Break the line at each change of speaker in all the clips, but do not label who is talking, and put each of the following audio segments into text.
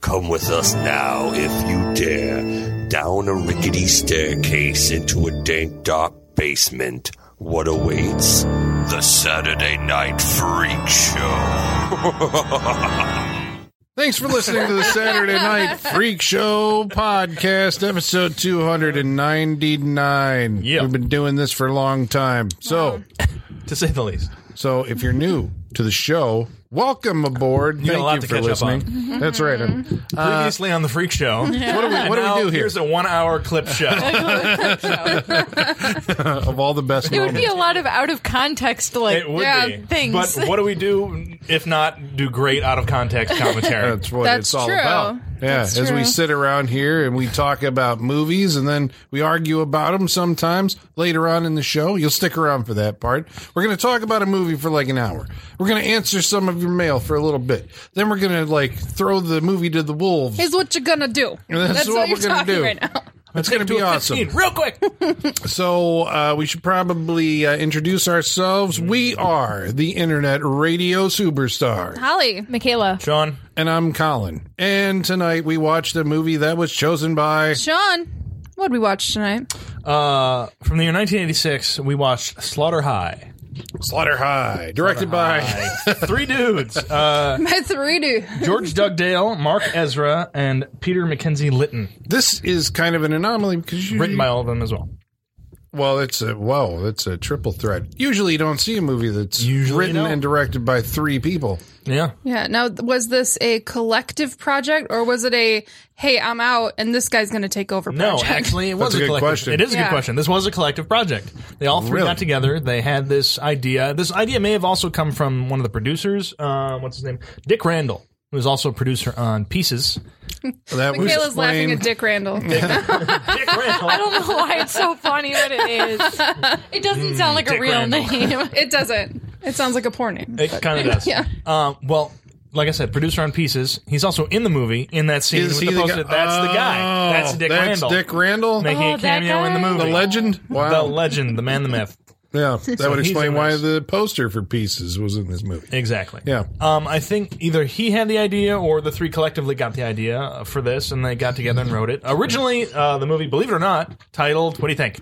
Come with us now, if you dare, down a rickety staircase into a dank, dark basement. What awaits? The Saturday Night Freak Show.
Thanks for listening to the Saturday Night Freak Show podcast, episode 299.
Yeah.
We've been doing this for a long time. So,
to say the least.
so if you're new to the show, welcome aboard.
got a lot
Thank you
to
for
catch up on.
listening. That's right.
Mm-hmm.
And
Previously on the Freak Show.
What do we, what do,
Now
we do here?
Here's a one-hour clip show.
of all the best
It would
moments.
be a lot of out of context, like
It would
yeah,
be.
things.
But what do we do if not do great out of context commentary?
That's what
That's
it's all
true.
about. Yeah,
That's
as we
true.
sit around here and we talk about movies and then we argue about them sometimes later on in the show. You'll stick around for that part. We're going to talk about a movie for like an hour. We're going to answer some of your mail for a little bit. Then we're going to like throw the movie to the wolves.
is what you're gonna do.
That's what
what, you're
we're gonna
talking
do.
right now.
It's going to be awesome.
Real quick.
So uh, we should probably uh, introduce ourselves. We are the Internet Radio Superstar.
Holly,
Michaela?
Sean,
And I'm Colin. And tonight we watched a movie that was chosen by.
Sean, what'd we watch tonight?
uh, from the year 1986, we watched Slaughter High.
Slaughter High, directed by
Three dudes. Uh,
My three do.
George Dugdale, Mark Ezra, and Peter Mackenzie Litton.
this is kind of an anomaly because you,
Written by all of them as well.
well, it's a whoa, that's a triple threat. Usually, you don't see a movie that's
Usually
written
don't.
and directed by three people.
Yeah.
Yeah. Now, was this a collective project or was it a hey, I'm out and this guy's gonna take over?
No,
project?
actually, it was
That's a good
collective.
question.
It is a good
Yeah.
question. This was a collective project. They all three
Really?
got together. They had this idea. This idea may have also come from one of the producers. Uh, what's his name? Dick Randall, who's also a producer on Pieces.
That would
Michaela's
explain-
laughing at Dick Randall.
Dick Randall.
I don't know why it's so funny, but it is. It doesn't sound like
Dick
a real
Randall.
name.
it doesn't. It sounds like a porn name.
It kind of does.
Yeah.
Um, well, like I said, producer on Pieces. He's also in the movie in that scene
Is
with
he
the
the
poster.
guy-
That's the
Oh,
guy. That's Dick
that's
Randall.
Dick Randall?
making
Oh,
a
that
cameo in the
guy?
movie.
the legend.
The
Wow.
legend, the man, the myth.
yeah, that would
he's
explain
in
why
this.
the poster for Pieces was in this movie.
Exactly.
Yeah.
Um, I think either he had the idea or the three collectively got the idea uh, for this, and they got together and wrote it. Originally, uh, the movie, believe it or not, titled "What do you think?"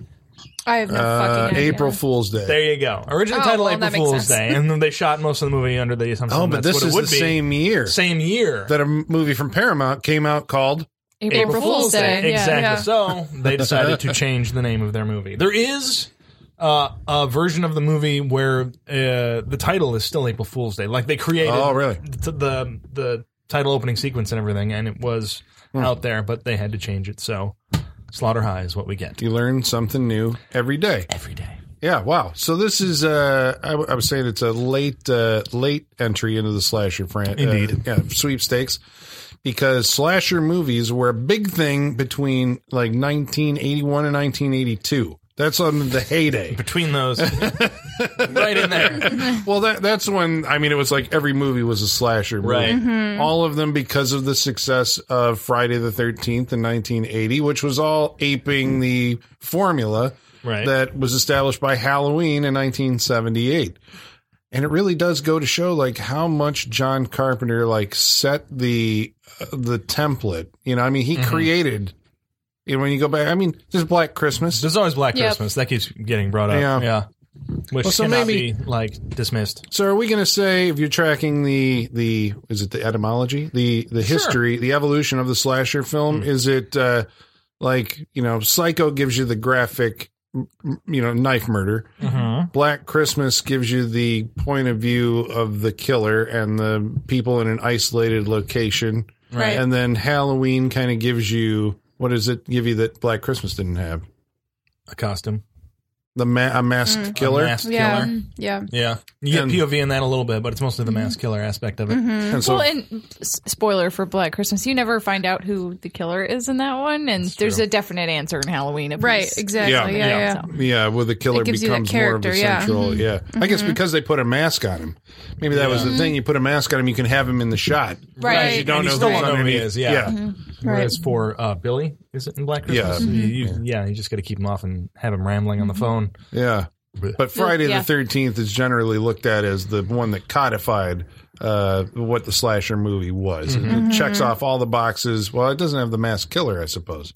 I have no
Uh,
fucking idea.
April Fool's Day.
There you go. Originally
Oh,
titled
well,
April
that makes
Fool's
sense.
Day, and then they shot most of the movie under the assumption.
oh, but
that's
this
what
is
it would
the
be.
same year
Same year.
that a m- movie from Paramount came out called.
April Fool's Day. Yeah.
Exactly.
Yeah.
So they decided to change the name of their movie. There is uh, a version of the movie where uh, the title is still April Fool's Day. Like they created
Oh, really?
t- the the title opening sequence and everything, and it was
Hmm.
out there, but they had to change it. So Slaughter High is what we get
You learn something new every day.
every day.
Yeah, wow. So this is uh I, w- I was saying it's a late uh late entry into the slasher franchise.
Indeed.
yeah, sweepstakes because slasher movies were a big thing between like 1981 and 1982. That's on the heyday.
Between those, right in there,
Well, that that's when I mean it was like every movie was a slasher movie.
Right.
All of them because of the success of Friday the 13th in 1980, which was all aping the formula
Right.
that was established by Halloween in 1978. And it really does go to show like how much John Carpenter like set the uh, the template. You know, I mean, he
Mm-hmm.
created you know, when you go back, I mean, there's Black Christmas.
there's always Black
Yep.
Christmas that keeps getting brought up.
Yeah.
Yeah, which
Well, so
cannot
maybe-
be like dismissed.
So are we going to say if you're tracking the the is it the etymology the the history the evolution of the slasher film is it uh, like you know Psycho gives you the graphic m- m- you know knife murder
Mm-hmm.
Black Christmas gives you the point of view of the killer and the people in an isolated location
Right.
and then Halloween kind of gives you what does it give you that Black Christmas didn't have
A costume
the ma- a masked killer
Masked
yeah.
killer.
Yeah.
Yeah, you get
And-
POV in that a little bit, but it's mostly
Mm-hmm.
the mass killer aspect of it.
Mm-hmm.
and so
Well, and s- spoiler for Black Christmas, you never find out who the killer is in that one, and there's a definite answer in Halloween. at
Right.
least.
Exactly.
Yeah.
Yeah. Yeah.
Yeah.
Yeah, well, the killer
It gives you that
becomes more of a
character, yeah. Mm-hmm.
central. Yeah, I guess because they put a mask on him. Maybe that was the thing. You put a mask on him, you can have him in the shot.
Right.
You don't
And you
know
still
who's
don't know who he
underneath.
is, yeah.
yeah.
Mm-hmm.
Whereas for uh, Billy, is it in Black Christmas?
Yeah.
You, you,
Mm-hmm.
yeah, you just got to keep him off and have him rambling on the phone.
yeah. But Friday
Yeah.
the Thirteenth is generally looked at as the one that codified uh, what the slasher movie was.
Mm-hmm.
It checks
Mm-hmm.
off all the boxes. Well, it doesn't have the masked killer, I suppose.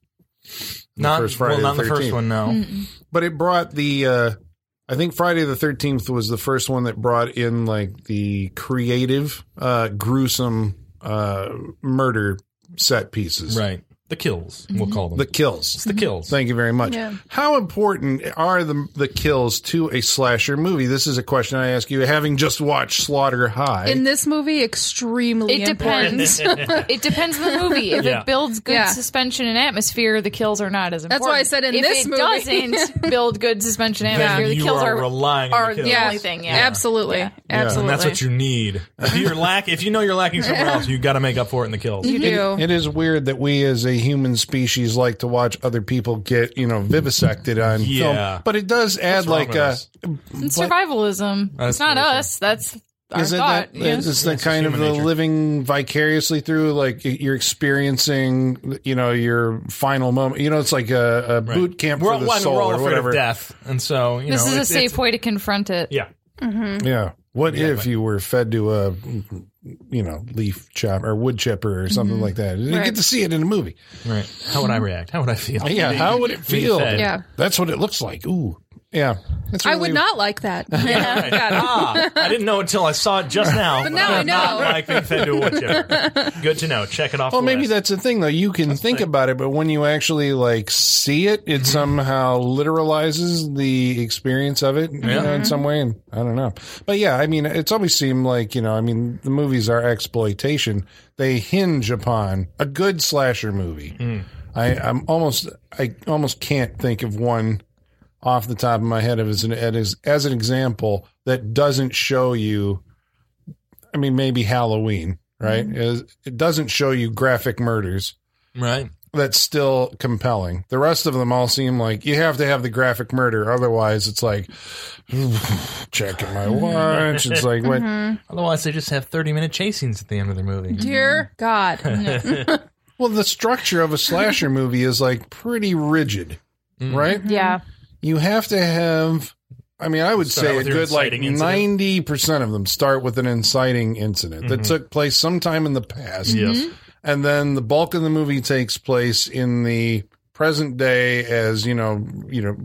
The
Not
first Friday
well, not
the
the first
13th.
one. No,
Mm-hmm.
but it brought the uh I think Friday the 13th was the first one that brought in like the creative uh gruesome uh murder set pieces.
right. The kills,
Mm-hmm.
we'll call them.
The Mm-hmm. kills.
it's the kills.
Thank you very much.
Yeah.
How important are the the kills to a slasher movie? This is a question I ask you having just watched Slaughter High.
In this movie, extremely.
It
important.
depends. it depends on the movie. If
Yeah.
it builds good
Yeah.
suspension and atmosphere, the kills are not as important.
That's why I said in
if
this
it
movie.
doesn't build good suspension and
Then
atmosphere, the
you
kills
are
are,
relying on
are
the
the
kills.
only thing. Yeah,
Absolutely.
Yeah.
Absolutely.
And that's what you need. If you're lack, if you know you're lacking somewhere else, you got to make up for it in the kills.
You do.
It is weird that we as a human species like to watch other people get, you know, vivisected on
Yeah.
film. But it does add
wrong
like
with
uh
us?
It's survivalism.
That's
It's not
really
us. That's our
is it that
thought. yeah.
it's the kind of
human
the
nature.
living vicariously through like y- you're experiencing you know your final moment you know it's like a, a boot camp
We're
for
all,
the
well, I mean,
soul
we're all
or
afraid
whatever
of death, and so you
this
know,
is a
it's-
safe
it's-
way to confront it.
Yeah,
yeah what if you were fed to a you know leaf chop or wood chipper or something like that you
Right.
get to see it in a movie
right. How would I react? How would I feel?
yeah how would it
being
feel
fed.
Yeah.
that's what it looks like ooh yeah It's
I
really-
would not like that.
Right. Ah, I didn't know until I saw it just now. But
now I know.
Like being fed to a wood chipper. Good to know. Check it off.
Well,
the
maybe
list.
that's the thing though. You can think about it, but when you actually like see it, it somehow literalizes the experience of it you
Yeah.
know, in some way. And I don't know, but yeah, I mean, it's always seemed like you know, I mean, the movies are exploitation. They hinge upon a good slasher movie. I, I'm almost, I almost can't think of one off the top of my head of as an as, as an example that doesn't show you. I mean, maybe Halloween, right? Is, it doesn't show you graphic murders.
right.
That's still compelling. The rest of them all seem like you have to have the graphic murder, otherwise it's like checking my watch. It's like what?
Otherwise, they just have 30 minute chasings at the end of their movie.
Dear God.
Well, the structure of a slasher movie is like pretty rigid, Mm-hmm.
Mm-hmm. Mm.
right?
Yeah.
you have to have I mean, I would
Start out
say a
with your
good like
inciting incident.
ninety percent of them start with an inciting incident that
Mm-hmm.
took place sometime in the past.
Yes.
And then the bulk of the movie takes place in the present day as, you know, you know,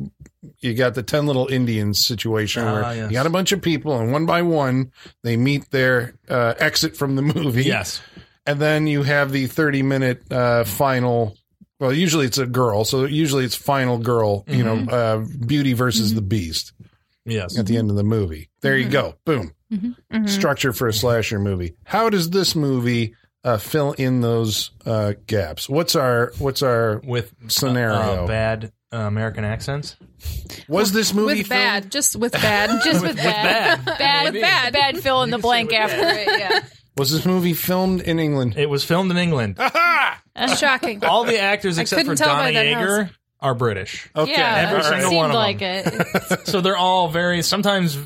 you got the ten little Indians situation
Ah,
where
yes.
you got a bunch of people and one by one they meet their uh, exit from the movie.
Yes.
And then you have the 30 minute uh, final. Well, usually it's a girl. So usually it's final girl, you
Mm-hmm.
know, uh, Beauty versus the Beast
Yes.
at the end of the movie. There you go. Boom. Structure for a slasher movie. How does this movie uh, fill in those uh, gaps? What's our, what's our,
With
Scenario.
uh, bad uh, American accents.
was this movie
with
filmed-
bad. Just with bad.
Just with, bad.
bad.
Bad,
With
bad,
bad.
bad fill in the blank after it. Yeah.
Was this movie filmed in England?
It was filmed in England.
Just shocking.
All the actors except for
couldn't tell by
Donny
that
Yeager are British.
Okay.
Yeah,
every
it
single
seemed
one of them.
like it.
So they're all very sometimes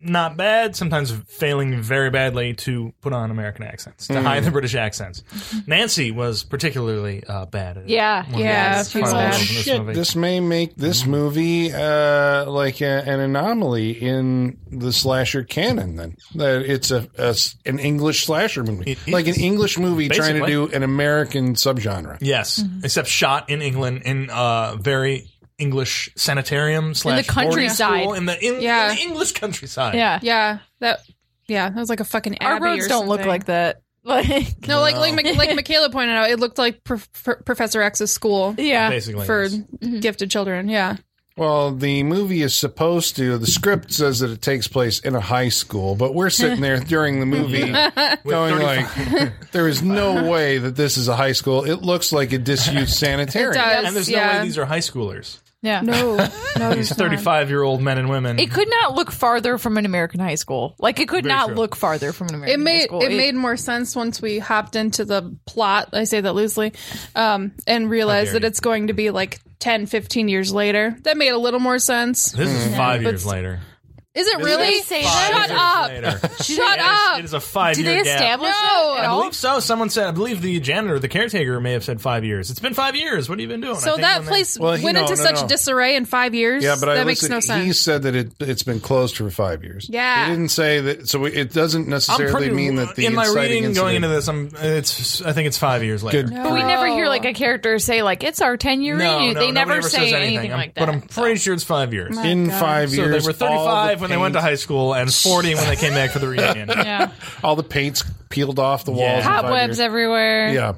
not bad, sometimes failing very badly to put on American accents to
Mm.
hide the British accents. Nancy was particularly uh, bad. At it.
Yeah,
One of
yeah,
the
she's
final
bad.
roles in this
Shit,
movie. Mm-hmm.
this may make this movie uh, like a, an anomaly in the slasher canon. Then that it's a, a s- an English slasher movie,
It
like an
is.
English movie trying to
Basically.
do an American subgenre.
Yes,
Mm-hmm.
except shot in England in uh, very English sanitarium slash boarding
countryside.
school, in the in,
Yeah.
in the English countryside.
Yeah.
Yeah. That. Yeah, that was like a fucking.
Our
abbey
roads
or
don't look
something.
like that. Like,
No, like like, Mic- like Michaela pointed out, it looked like Prof- Pr- Professor X's school
yeah.
basically.
for
yes.
Mm-hmm.
gifted children. Yeah,
Well, the movie is supposed to. The script says that it takes place in a high school, but we're sitting there during the movie going like, "There is no way that this is a high school. It looks like a disused sanitarium."
does.
and there's no
yeah.
way these are high schoolers.
Yeah.
no, no,
These 35 year old men and women.
It could not look farther from an American high school. Like it could
Very
not
true.
look farther from an American
It made
high school.
it made more sense once we hopped into the plot. I say that loosely, um, and realized that it's going to be like 10, 15 years later. That made a little more sense.
this is five years later.
Is it
This
really?
They say
Five
that?
Shut
years
up.
later.
Shut
Yes,
up.
It is a five
Do
year
they
gap.
establish
No.
that at
I
I
all?
believe so. Someone said, I believe the janitor, the caretaker, may have said five years. It's been five years. What have you been doing? I
So
think
that
when they-
place
Well, he-
went
no,
into
no,
such
no.
disarray in five years.
Yeah, but I
that makes
listened,
no
He
sense.
said that it it's been closed for five years.
Yeah.
he didn't say that. So it doesn't
I'm
necessarily
pretty
mean that the
in my
inciting
reading going into
incident-
this. I'm it's I think it's five years later.
Good.
But we
No.
never hear like a character say like it's our ten year
No,
reunion.
no,
they
nobody
never
ever
say
says
anything,
I'm-
like that.
But I'm pretty sure it's five years.
Oh, My
in
God.
five
So they
years.
were
all
35
the
when they went to
paint-
high school and 40 when they came back for the reunion.
yeah,
All the paints peeled off the walls. in five
cobwebs
years.
everywhere.
Yeah.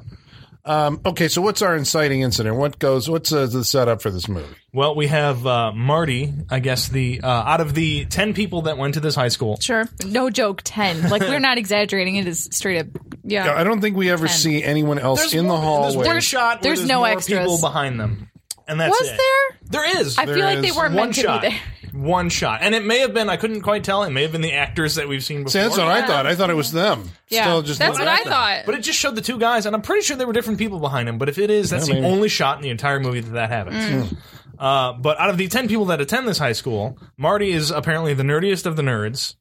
Um, okay, so what's our inciting incident? What goes? What's uh, the setup for this movie?
Well, we have uh, Marty, I guess the uh, out of the 10 people that went to this high school.
Sure.
No joke, ten. Like we're not exaggerating. It is straight up.
Yeah.
I don't think we ever see anyone else in the
hallway.
hallway.
There's one shot where
There's
there's,
no
more
extras.
people behind them. And that's
Was
it.
there?
There is.
I feel like they
is
weren't
one
meant
shot.
to be there.
One shot. And it may have been I couldn't quite tell. It may have been the actors that we've seen before.
See, that's what I thought. I thought it was them.
Yeah.
Still just
That's
not-
what I thought.
But it just showed the two guys, and I'm pretty sure there were different people behind him. But if it is, that's
Yeah,
the
maybe.
only shot in the entire movie that that happens.
Mm.
Uh, but out of the ten people that attend this high school, Marty is apparently the nerdiest of the nerds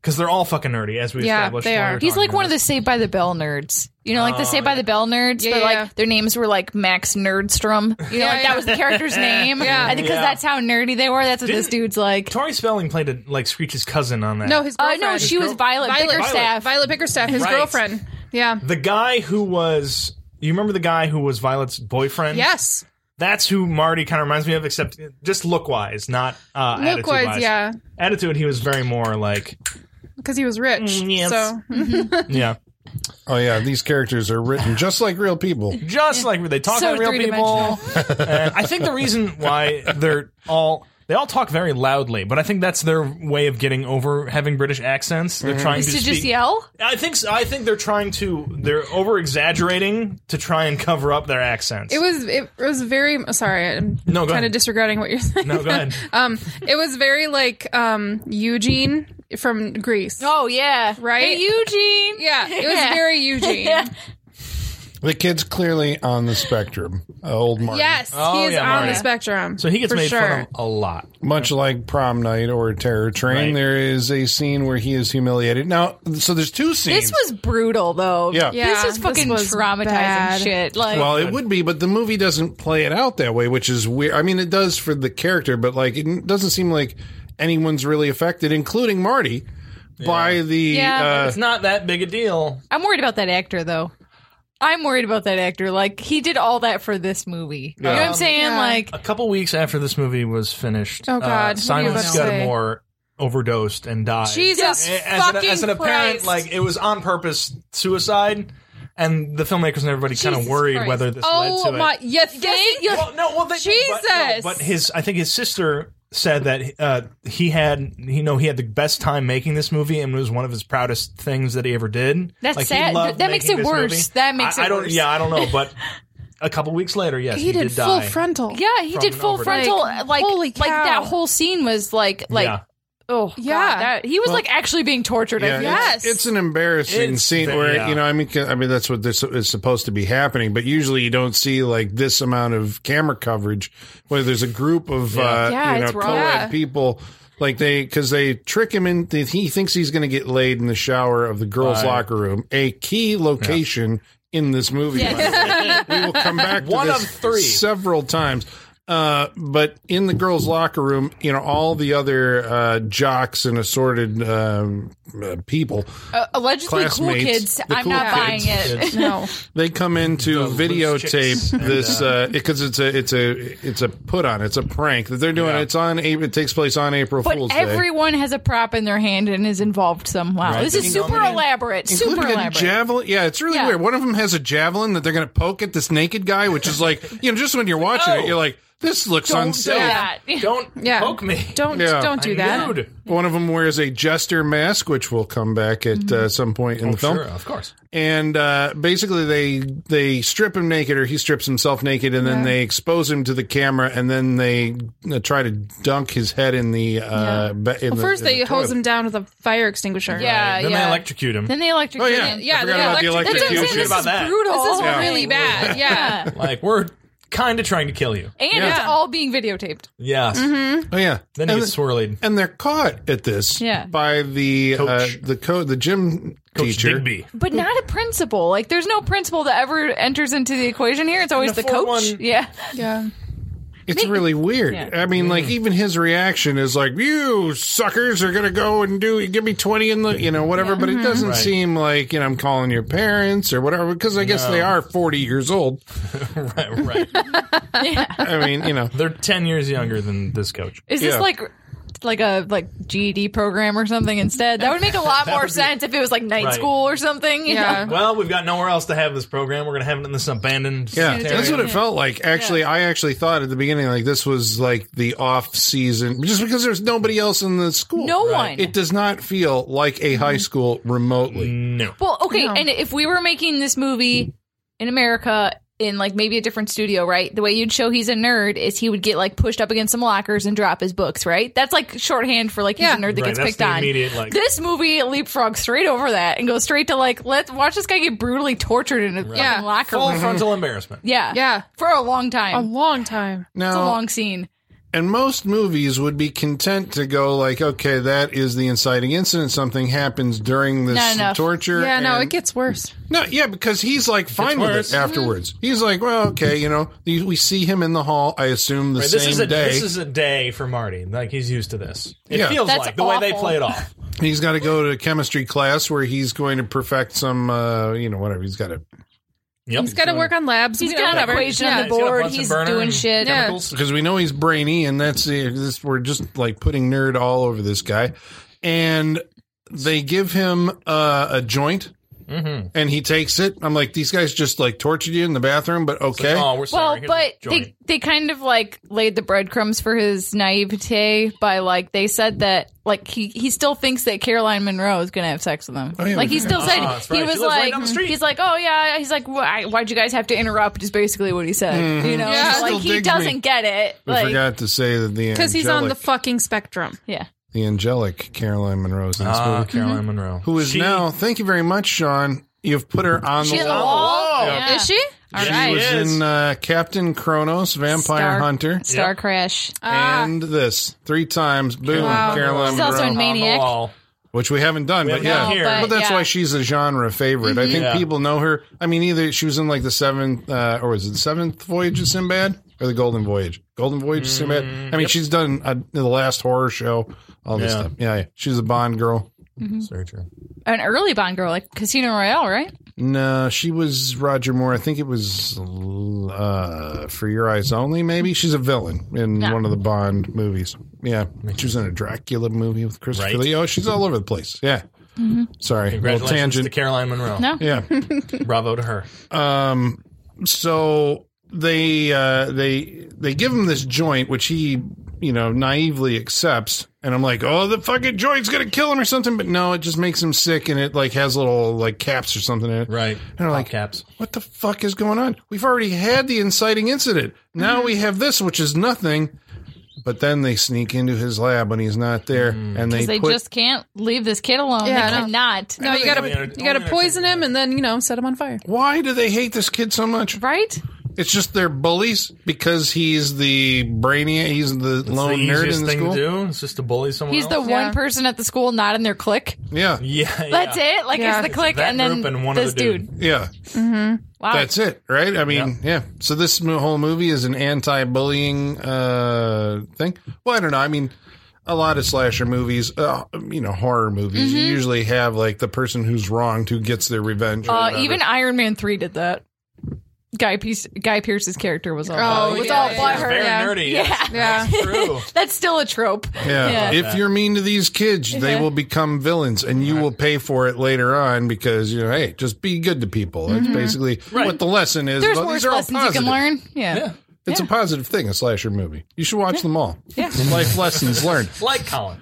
because they're all fucking nerdy, as we
Yeah,
established.
they
while we
are.
were
He's
talking
like
about
one of
it.
the Saved by the Bell nerds. You know, like the Saved by the Bell nerds,
Oh, Yeah,
but
yeah,
like
yeah.
their names were like Max Nerdstrom. You know,
Yeah,
like
yeah.
that was the character's name.
Yeah.
And because
Yeah.
that's how nerdy they were. That's what this
Didn't-
dude's like.
Tori Spelling played a, like Screech's cousin on that.
No, his
Uh,
girlfriend.
no, she was Violet,
Violet-
Bickerstaff.
Violet Bickerstaff, his
Right.
girlfriend. Yeah.
the guy who was. You remember the guy who was Violet's boyfriend?
Yes.
That's who Marty kind of reminds me of, except just look wise, not uh, attitude
Look-wise, yeah.
Attitude, he was very more like,
Because he was rich.
Mm, yes.
So
yeah.
Oh yeah, these characters are written just like real people.
just like they talk
So
to real people.
three-dimensional.
and I think the reason why they're all they all talk very loudly, but I think that's their way of getting over having British accents. They're trying
Is
to
to
speak-
just yell?
I think so. I think they're trying to they're over exaggerating to try and cover up their accents.
it was it, was very sorry, I'm
No, go
kind
ahead.
of disregarding what you're saying.
no, go ahead.
Uh,
Um it was very like um Eugene from Greece.
Oh, yeah.
Right?
Hey, Eugene.
Yeah, it was very Eugene.
The kid's clearly on the spectrum. Uh, old Martin,
Yes,
Oh,
he's
yeah,
on
Mario.
the spectrum.
So he gets
for
made
sure.
fun of a lot.
much like prom night or terror train,
Right.
there is a scene where he is humiliated. Now, so there's two scenes.
This was brutal, though.
Yeah.
Yeah,
This was
this
fucking
was
traumatizing
bad.
shit. Like,
Well, it would be, but the movie doesn't play it out that way, which is weird. I mean, it does for the character, but like it doesn't seem like anyone's really affected, including Marty, by the.
Yeah, but
uh,
It's not that big a deal.
I'm worried about that actor, though. I'm worried about that actor. Like, he did all that for this movie. You know what I'm saying?
Yeah.
Like,
A couple weeks after this movie was finished,
Oh, God.
uh,
What
are you
Simon
about to
Scudamore overdosed and died. as
Jesus
an,
fucking
as an apparent,
Christ.
like it was on purpose suicide, and the filmmakers and everybody kind of
Jesus
worried
Christ.
whether this
Oh
led to
my
it.
you think
Well, no, well, they,
Jesus!
But, no, but his, I think his sister said that uh, he had, you know, he had the best time making this movie, and it was one of his proudest things that he ever did.
That's
Like, he
sad.
loved
That makes
making
it
this
worse.
movie.
That makes
I,
it
I don't.
worse.
Yeah, I don't know, but a couple weeks later, yes, he,
he did full
die.
frontal.
Yeah, he
from
did
an
full
overdose.
frontal.
Like,
Like, like,
holy cow.
that whole scene was like, like,
Yeah.
oh,
Yeah.
yeah. that, he was like actually being tortured. I
yeah,
feel
Yeah.
like.
it's-
Yes.
it's, an embarrassing
It's
scene
the-
where
yeah.
you know. I mean, I mean that's what this is supposed to be happening, but usually you don't see like this amount of camera coverage where there's a group of uh,
Yeah,
you know
it's
co-ed
wrong.
Yeah.
people. Like they, because they trick him in. He thinks he's going to get laid in the shower of the girls'
Right.
locker room, a key location in this movie. by the way. we will come back to
One
this
of three.
several times. Uh, but in the girls' locker room, you know, all the other uh, jocks and assorted um, uh, people
Uh, allegedly cool
Classmates,
kids.
the
I'm
cool
kids.
not buying it.
It's-
No.
they come in to
loose chicks
videotape
and,
this because it's a it's a it's a put on it's a prank that they're doing it's on A- it takes place on April
But
Fool's Day
everyone has a prop in their hand and is involved somehow.
Right.
This is
Including-
super elaborate. Super
Including a
elaborate.
javelin yeah it's really
Yeah.
weird one of them has a javelin that they're gonna poke at this naked guy which is like you know just when you're watching
Oh.
it you're like this looks unsafe
Yeah.
Don't
Yeah.
poke me.
Don't
Yeah.
don't do
I'm
that.
nude.
one of them wears a jester mask which will come back at uh, some point in the film
Oh, Sure, of course.
and uh, basically they they strip him naked or he strips himself naked and then they expose him to the camera and then they uh, try to dunk his head in the uh ba- in
Well,
the,
first
in the
they hose
toilet.
him down with a fire extinguisher.
Yeah,
Then
yeah.
they electrocute him.
Then they electrocute.
Oh, yeah.
him.
Yeah,
I
they
forgot about the
electrocute.
That's what I'm
electrocution.
saying. This
About
is
that.
brutal.
This is
Yeah.
really bad. Yeah.
like we're kind of trying to kill you.
And it's
Yeah.
all being videotaped.
Yes.
Oh yeah.
Then he
and,
gets swirled.
and they're caught at this
Yeah.
by the uh,
Coach.
the co- the gym
Coach
teacher.
Digby.
But not a principal. Like there's no principal that ever enters into the equation here. It's always
And the
the,
four
coach.
one-
Yeah.
Yeah.
It's really weird.
Yeah.
I mean, like even his reaction is like, "You suckers are gonna go and do give me twenty in the you know whatever." But it doesn't
Right.
seem like you know I'm calling your parents or whatever because I guess they are forty years old.
right, right.
I mean, you know,
They're 10 years younger than this coach.
Is this
Yeah.
like like a like GED program or something instead? That would make a lot more sense if it was like night
Right.
school or something. you know?
Yeah.
Well, we've got nowhere else to have this program. We're going to have it in this abandoned.
yeah,
sanitarium.
that's what it felt like. Actually, I actually thought at the beginning like this was like the off season just because there's nobody else in the school.
No
Right.
one. Mm-hmm.
it does not feel like a high school remotely.
No.
Well, okay,
No.
and if we were making this movie in America in like maybe a different studio, right? The way you'd show he's a nerd is he would get like pushed up against some lockers and drop his books, right? That's like shorthand for like he's
Yeah.
a nerd that
Right,
gets
that's
picked
the
on.
immediate, like-
this movie leapfrogs straight over that and goes straight to like let's watch this guy get brutally tortured in a
Yeah.
fucking locker
Full
room.
frontal embarrassment.
Yeah.
Yeah. Oh,
For a long
A
time.
long time.
Now,
it's a long scene.
and most movies would be content to go like, okay, that is the inciting incident. Something happens during
Not
this
enough.
torture.
Yeah, no,
and-
it gets worse.
no, yeah, because he's like fine with
worse. Mm-hmm.
it afterwards. He's like, well, okay, you know, the- we see him in the hall. I assume the
Right,
same
this is a
day.
this is a day for Marty. Like he's used to this. It
Yeah.
feels
That's
like the way they
awful.
play it off.
he's got to go to chemistry class where he's going to perfect some, uh, you know, whatever. He's got to
Yep.
He's got to work on labs.
He's
We
got
don't
an
ever-
equation
yeah.
on the
he's got a
board.
Bunsen
He's
burner
doing
and
shit.
Yeah.
chemicals.
because we know he's brainy, and that's the- this. We're just like putting nerd all over this guy, and they give him uh, a joint,
Mm-hmm.
and he takes it. I'm like, these guys just like tortured you in the bathroom, but okay.
Oh, we're
Well,
sorry. Here's
but
a
they
joint.
they kind of like laid the breadcrumbs for his naivete by like they said that like he he still thinks that Caroline Monroe is gonna have sex with him.
Oh, yeah,
like he
that's
still said
Ah, that's
he
right.
was
She lives right
like
down the street.
he's like oh yeah he's like why why'd you guys have to interrupt is basically what he said
Mm-hmm.
you know
Yeah.
It's
Still
like he
digs me.
doesn't get it
we
like
forgot to say that the
Because he's on the
angelic-
fucking spectrum.
yeah
the angelic Caroline Monroe's in this
Ah,
movie,
Caroline Monroe,
who is
She-
now. Thank you very much, Sean. You've put her on
she
the
on the
wall.
wall
Yeah.
Yeah.
Is she? All
She
right.
was
Yes.
in uh, Captain Kronos, Vampire
Star-
Hunter,
Star
Yep.
Crash Uh,
and this three times. Boom,
Wow.
Caroline
She's
Monroe.
also in
on
Maniac.
the wall.
which we haven't done,
We
but
haven't
yeah. Mm-hmm.
done here.
No,
But that's
yeah.
why she's a genre favorite. I think
Yeah.
people know her. I mean, either she was in like the seventh, uh, or was it the seventh voyage of Sinbad or the Golden Voyage? Golden Voyage of Sinbad. I mean, she's done uh the last horror show, all this
Yeah.
stuff. Mm-hmm. Yeah, yeah. she's a Bond girl.
Very true.
an early Bond girl like Casino Royale right
No, she was Roger Moore. I think it was uh, For Your Eyes Only, maybe. She's a villain in
Yeah.
one of the Bond movies. Yeah. She was in a Dracula movie with Christopher
Right.
Leo. She's all over the place. Yeah.
Mm-hmm.
Sorry. Little
Congratulations
tangent.
to Caroline Monroe.
No.
yeah.
Bravo to her.
Um, so they uh, they they give him this joint, which he you know naively accepts, and I'm like, oh, the fucking joint's gonna kill him or something. But no, it just makes him sick, and it like has little like caps or something in it.
Right.
And I'm like,
caps.
what the fuck is going on? We've already had the inciting incident. Now
Mm-hmm.
we have this, which is nothing. But then they sneak into his lab when he's not there,
Mm.
and they,
because they
put
just can't leave this kid alone
Yeah, I
they
know.
cannot
No, you gotta
Only in a-
you gotta
only in a
poison him and then you know set him on fire.
why do they hate this kid so much?
right
It's just they're bullies because he's the brainiac. He's the lone
the
nerd
easiest
in the
thing
school.
to do is just to bully someone.
he's the
else.
one
Yeah.
person at the school not in their clique
Yeah,
Yeah.
That's
yeah.
it. Like
Yeah.
it's the
It's
click,
that
and then
group and one
this
other dude.
dude.
yeah.
Wow.
That's it, right? I mean, yeah. So this mo- whole movie is an anti-bullying uh, thing. Well, I don't know. I mean, a lot of slasher movies, uh, you know, horror movies,
Mm-hmm.
you usually have like the person who's wronged who gets their revenge. or
uh,
whatever.
even Iron Man three did that. Guy Pierce, Guy Pierce's character was all.
Oh,
it was
yeah,
all
yeah,
black.
yeah.
Very
Yeah.
nerdy.
Yeah.
That's-
Yeah.
That's true.
That's still a trope.
Yeah.
Yeah.
If you're mean to these kids, they
Yeah.
will become villains and you will pay for it later on because, you know, hey, just be good to people. That's basically what the lesson is.
Mm-hmm. There's
But
worse
these are all
lessons you can
positive.
learn. Yeah.
Yeah.
It's a positive thing, a slasher movie. You should watch them all.
Yeah.
Life lessons learned.
Like Colin.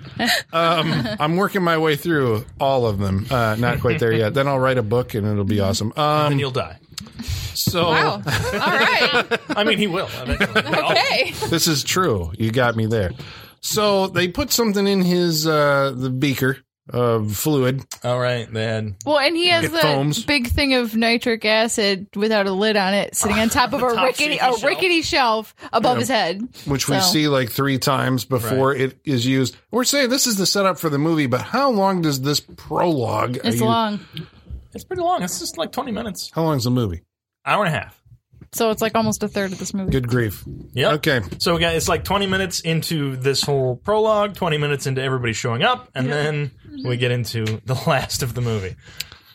I'm working my way through all of them. Uh, not quite there yet. Then I'll write a book and it'll be awesome. Um,
And you'll die.
so
Wow. All right.
I mean, he will. okay.
Hey.
this is true. You got me there. So they put something in his uh, the beaker of fluid.
All right, they had
Well, and he has
It
the
foams.
big thing of nitric acid without a lid on it, sitting on top of a
top
rickety
safety
a
shelf.
rickety shelf above
Yeah.
his head.
which we
So-
see like three times before it is used. We're saying this is the setup for the movie, but how long does this prologue? are
It's
you-
long,
it's pretty long. It's just like twenty minutes,
How long is the movie?
hour and a half.
so it's like almost a third of this movie.
Good grief.
Yep.
Okay.
So we got it's like twenty minutes into this whole prologue, twenty minutes into everybody showing up, and then
Mm-hmm.
we get into the last of the movie.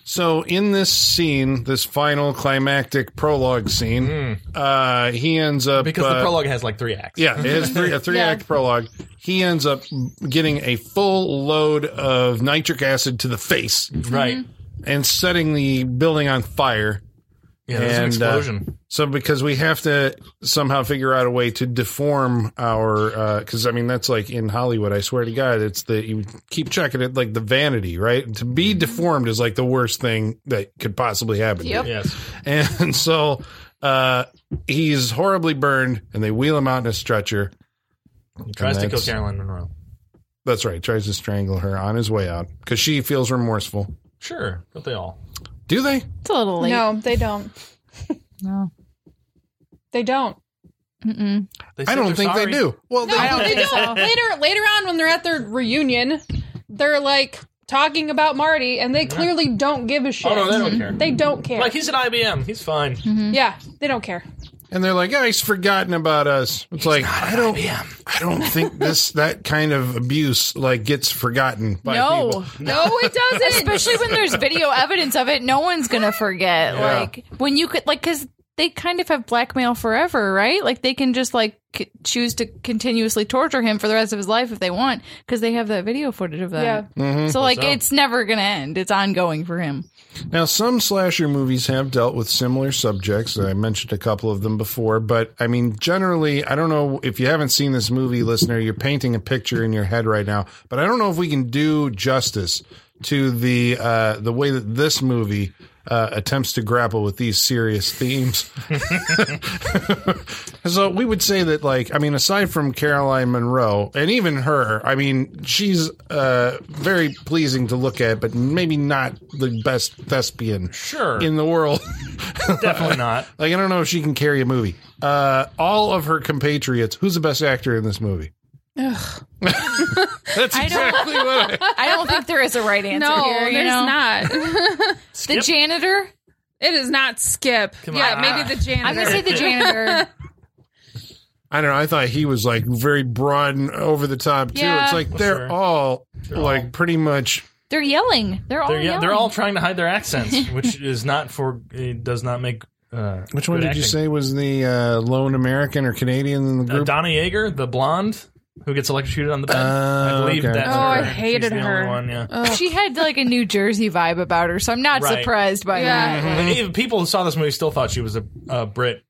So in this scene, this final climactic prologue scene, uh, he ends up
Hmm. Because
uh,
the prologue has like three acts.
Yeah, it has three, a three
Yeah.
act prologue. He ends up getting a full load of nitric acid to the face
Right.
Mm-hmm.
and setting the building on fire.
Yeah, there's an
And, uh,
explosion.
So because we have to somehow figure out a way to deform our, because I mean that's like in Hollywood. I swear to God, it's the you keep checking it like the vanity, right? To be deformed is like the worst thing that could possibly happen. to
Yep.
you.
yes.
And so uh, he's horribly burned, and they wheel him out in a stretcher.
Tries to kill
that's-
Caroline Monroe.
That's right. Tries to strangle her on his way out because she feels remorseful.
Sure, but they all.
Do they?
It's a little late.
No, they don't.
No.
They don't.
Mm-mm.
They
I
said
don't
they're
think
sorry.
they do. Well,
No,
they-
don't
they
think
don't.
so.
Later, later on, when they're at their reunion, they're like talking about Marty, and they clearly don't give a shit.
Oh no, they don't care. Mm-hmm.
They don't care.
Like he's at IBM. He's fine.
yeah, they don't care.
and they're like, "Oh, he's forgotten about us." It's like I don't, I don't think this that kind of abuse like gets forgotten by
No.
people.
No, it doesn't.
Especially when there's video evidence of it, no one's gonna forget.
Yeah.
Like when you could, like, because they kind of have blackmail forever, right? Like they can just like c- choose to continuously torture him for the rest of his life if they want, because they have that video footage of that.
Yeah.
Mm-hmm.
So like,
so.
it's never gonna end. It's ongoing for him.
Now, some slasher movies have dealt with similar subjects. I mentioned a couple of them before, but I mean, generally, I don't know if you haven't seen this movie, listener, you're painting a picture in your head right now, but I don't know if we can do justice to the uh, the way that this movie uh, attempts to grapple with these serious themes. So we would say that, like, I mean, aside from Caroline Monroe and even her, I mean, she's uh, very pleasing to look at, but maybe not the best thespian
Sure.
in the world.
Definitely not.
like, I don't know if she can carry a movie. Uh, all of her compatriots. Who's the best actor in this movie? That's
I don't-
exactly what. I,
I don't think there is a right answer
No,
here. you
there's
know?
not.
The janitor.
It is not Skip. yeah,
on.
maybe the janitor.
I'm gonna say the janitor.
I don't know. I thought he was like very broad and over the top too.
Yeah.
It's like they're
sure.
all like pretty much
they're yelling. They're all.
They're, Oh, yeah,
yelling.
they're all trying to hide their accents, which is not for. It does not make. Uh,
Which one
good
did
acting.
you say was the uh, lone American or Canadian in the
Uh,
group?
Donna Yeager, the blonde who gets electrocuted on the bed.
Oh,
I believe
okay.
that's
Oh,
her.
I
She's
hated
the only
her.
one, yeah.
She had like a New Jersey vibe about her, so I'm not
Right.
surprised by
Yeah.
that.
And even people who saw this movie still thought she was a, a Brit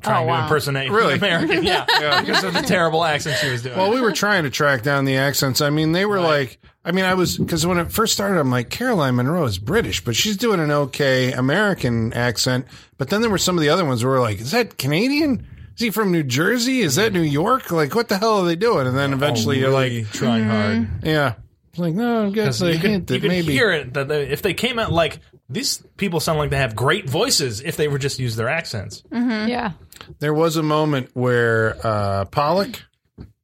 trying
Oh, wow.
to impersonate
Really?
an American. Yeah, because of the terrible accent she was doing.
well, we were trying to track down the accents. I mean, they were like, I mean, I was because when it first started, I'm like, Caroline Monroe is British, but she's doing an okay American accent. But then there were some of the other ones where we're like, is that Canadian? Is he from New Jersey? Is that New York? Like, what the hell are they doing? And then eventually Oh, you're
Oh, really
like,
trying hard.
yeah, it's like, no, I guess
So
a
you can,
hint
you
that
can
maybe.
hear it that they, if they came out like these people sound like they have great voices if they were just use their accents.
Mm. Mm-hmm.
Yeah.
There was a moment where uh, Pollock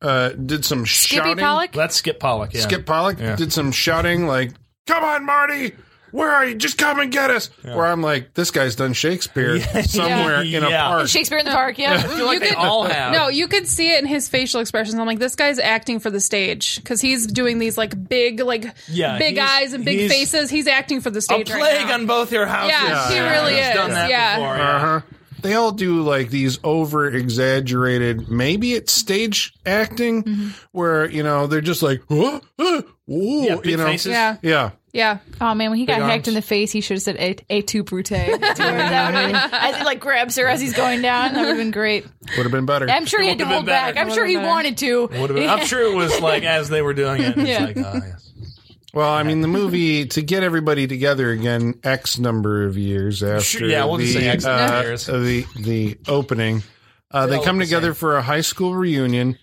uh, did some
Skippy
shouting.
Pollock.
Let's skip Pollock. Yeah.
Skip Pollock
Yeah.
did some shouting like, "Come on, Marty, where are you? Just come and get us!" Where I'm like, "This guy's done Shakespeare somewhere in a
Yeah.
park."
Shakespeare in the Park. Yeah.
I feel like they all have.
No, you could see it in his facial expressions. I'm like, this guy's acting for the stage because he's doing these like big, like
Yeah,
big
he's-
eyes and big
he's
faces. He's acting for the
a
stage
plague
right now.
on both your houses.
Yeah, he really
He's
is.
done that
Yeah. Uh-huh.
before,
Uh huh. They all do like these over exaggerated, maybe it's stage acting, where you know they're just like, "Huh? Huh? Ooh,"
Yeah, big
you know,
faces.
Yeah,
yeah.
yeah.
Oh man, when he got
arms.
hacked in the face, he should have said "A, a two brute." to her. That would've been- As he like grabs her as he's going down, that would have been great.
Would have been better.
I'm sure he had to
Would've been
hold back.
better.
I'm sure he
Would've been
wanted to.
Would've been- I'm sure it was like as they were doing it. It's
Yeah.
like, oh, yes.
Well, I mean, the movie to get everybody together again, X number of years after
Sure, yeah, we'll
the,
just say X number of
uh,
years.
the the opening, uh, they
all
come
look the
together
same.
for a high school reunion.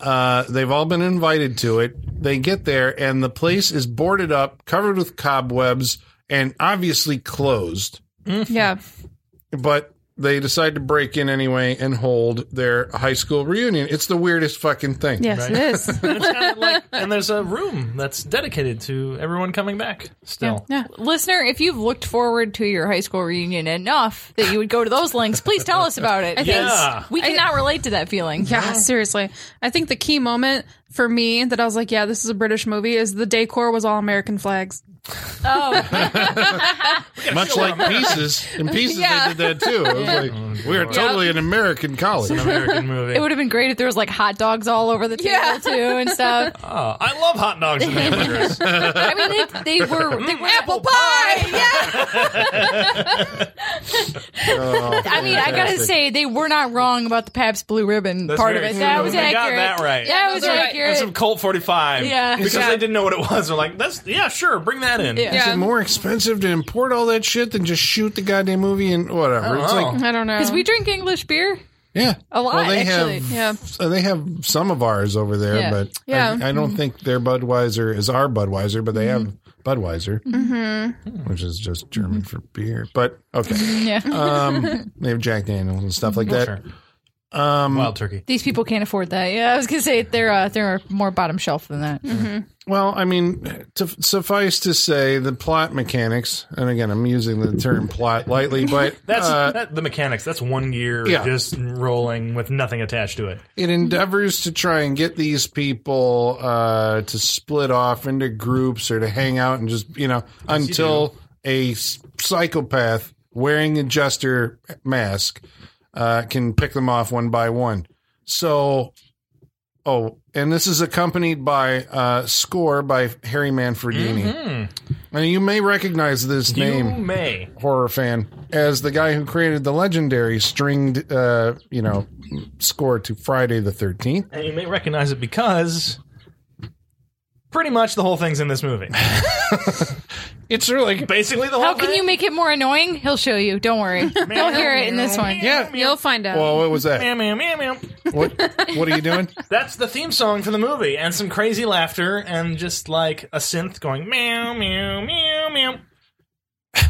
Uh, they've all been invited to it. They get there, and the place is boarded up, covered with cobwebs, and obviously closed.
Yeah.
But they decide to break in anyway and hold their high school reunion. It's the weirdest fucking thing.
Yes, it is.
And, it's kinda like, and there's a room that's dedicated to everyone coming back still.
yeah.
Listener, if you've looked forward to your high school reunion enough that you would go to those links, please tell us about it.
think-
Yeah.
We cannot relate to that feeling.
Yeah, seriously. I think the key moment for me that I was like, yeah, this is a British movie is the decor was all American flags.
Oh,
Much like pieces. In pieces,
Yeah.
they did that too. It was like, we are totally an American college.
American movie.
it would have been great if there was like hot dogs all over the table
Yeah.
too and stuff.
Oh, I love hot dogs and hamburgers.
I mean, they, they were they were apple
pie!
Yeah. I mean, I gotta
fantastic.
say they were not wrong about the Pabst Blue Ribbon
That's
part of
very
it.
true.
That was
They
accurate.
got that right.
That
Yeah,
was
those are right.
And
accurate.
some Colt 45.
Yeah.
Because they didn't know what it was. They're like, that's, yeah, sure, bring that in.
Yeah.
Is it more expensive to import all that shit than just shoot the goddamn movie and whatever? It's
Oh.
like,
I don't know.
Because we drink English beer.
yeah,
A lot,
Well, they
actually.
have,
Yeah.
uh, they have some of ours over there,
Yeah.
but
Yeah.
I, I don't think their Budweiser is our Budweiser, but they have Budweiser, which is just German for beer. But okay,
Yeah.
um, they have Jack Daniels and stuff like that.
Sure.
Um,
Wild turkey.
These people can't afford that. Yeah, I was gonna say they're uh, they're more bottom shelf than that.
Well, I mean, to, suffice to say, the plot mechanics, and again, I'm using the term plot lightly, but
That's
uh,
that, the mechanics. That's one gear
Yeah.
just rolling with nothing attached to it.
it endeavors to try and get these people uh, to split off into groups or to hang out and just, you know, until a s- psychopath wearing a jester mask uh, can pick them off one by one. So, oh, and this is accompanied by uh, score by Harry Manfredini. And you may recognize this name
You may.
horror fan as the guy who created the legendary stringed uh you know score to friday the 13th
And you may recognize it because pretty much the whole thing's in this movie.
it's really
Basically, the whole
How can you
thing.
make it more annoying? He'll show you. Don't worry. You'll hear it in this one.
yeah
You'll find out.
well what was that
Meow, meow, meow, meow.
what what are you doing
That's the theme song for the movie, and some crazy laughter, and just like a synth going meow, meow, meow, meow.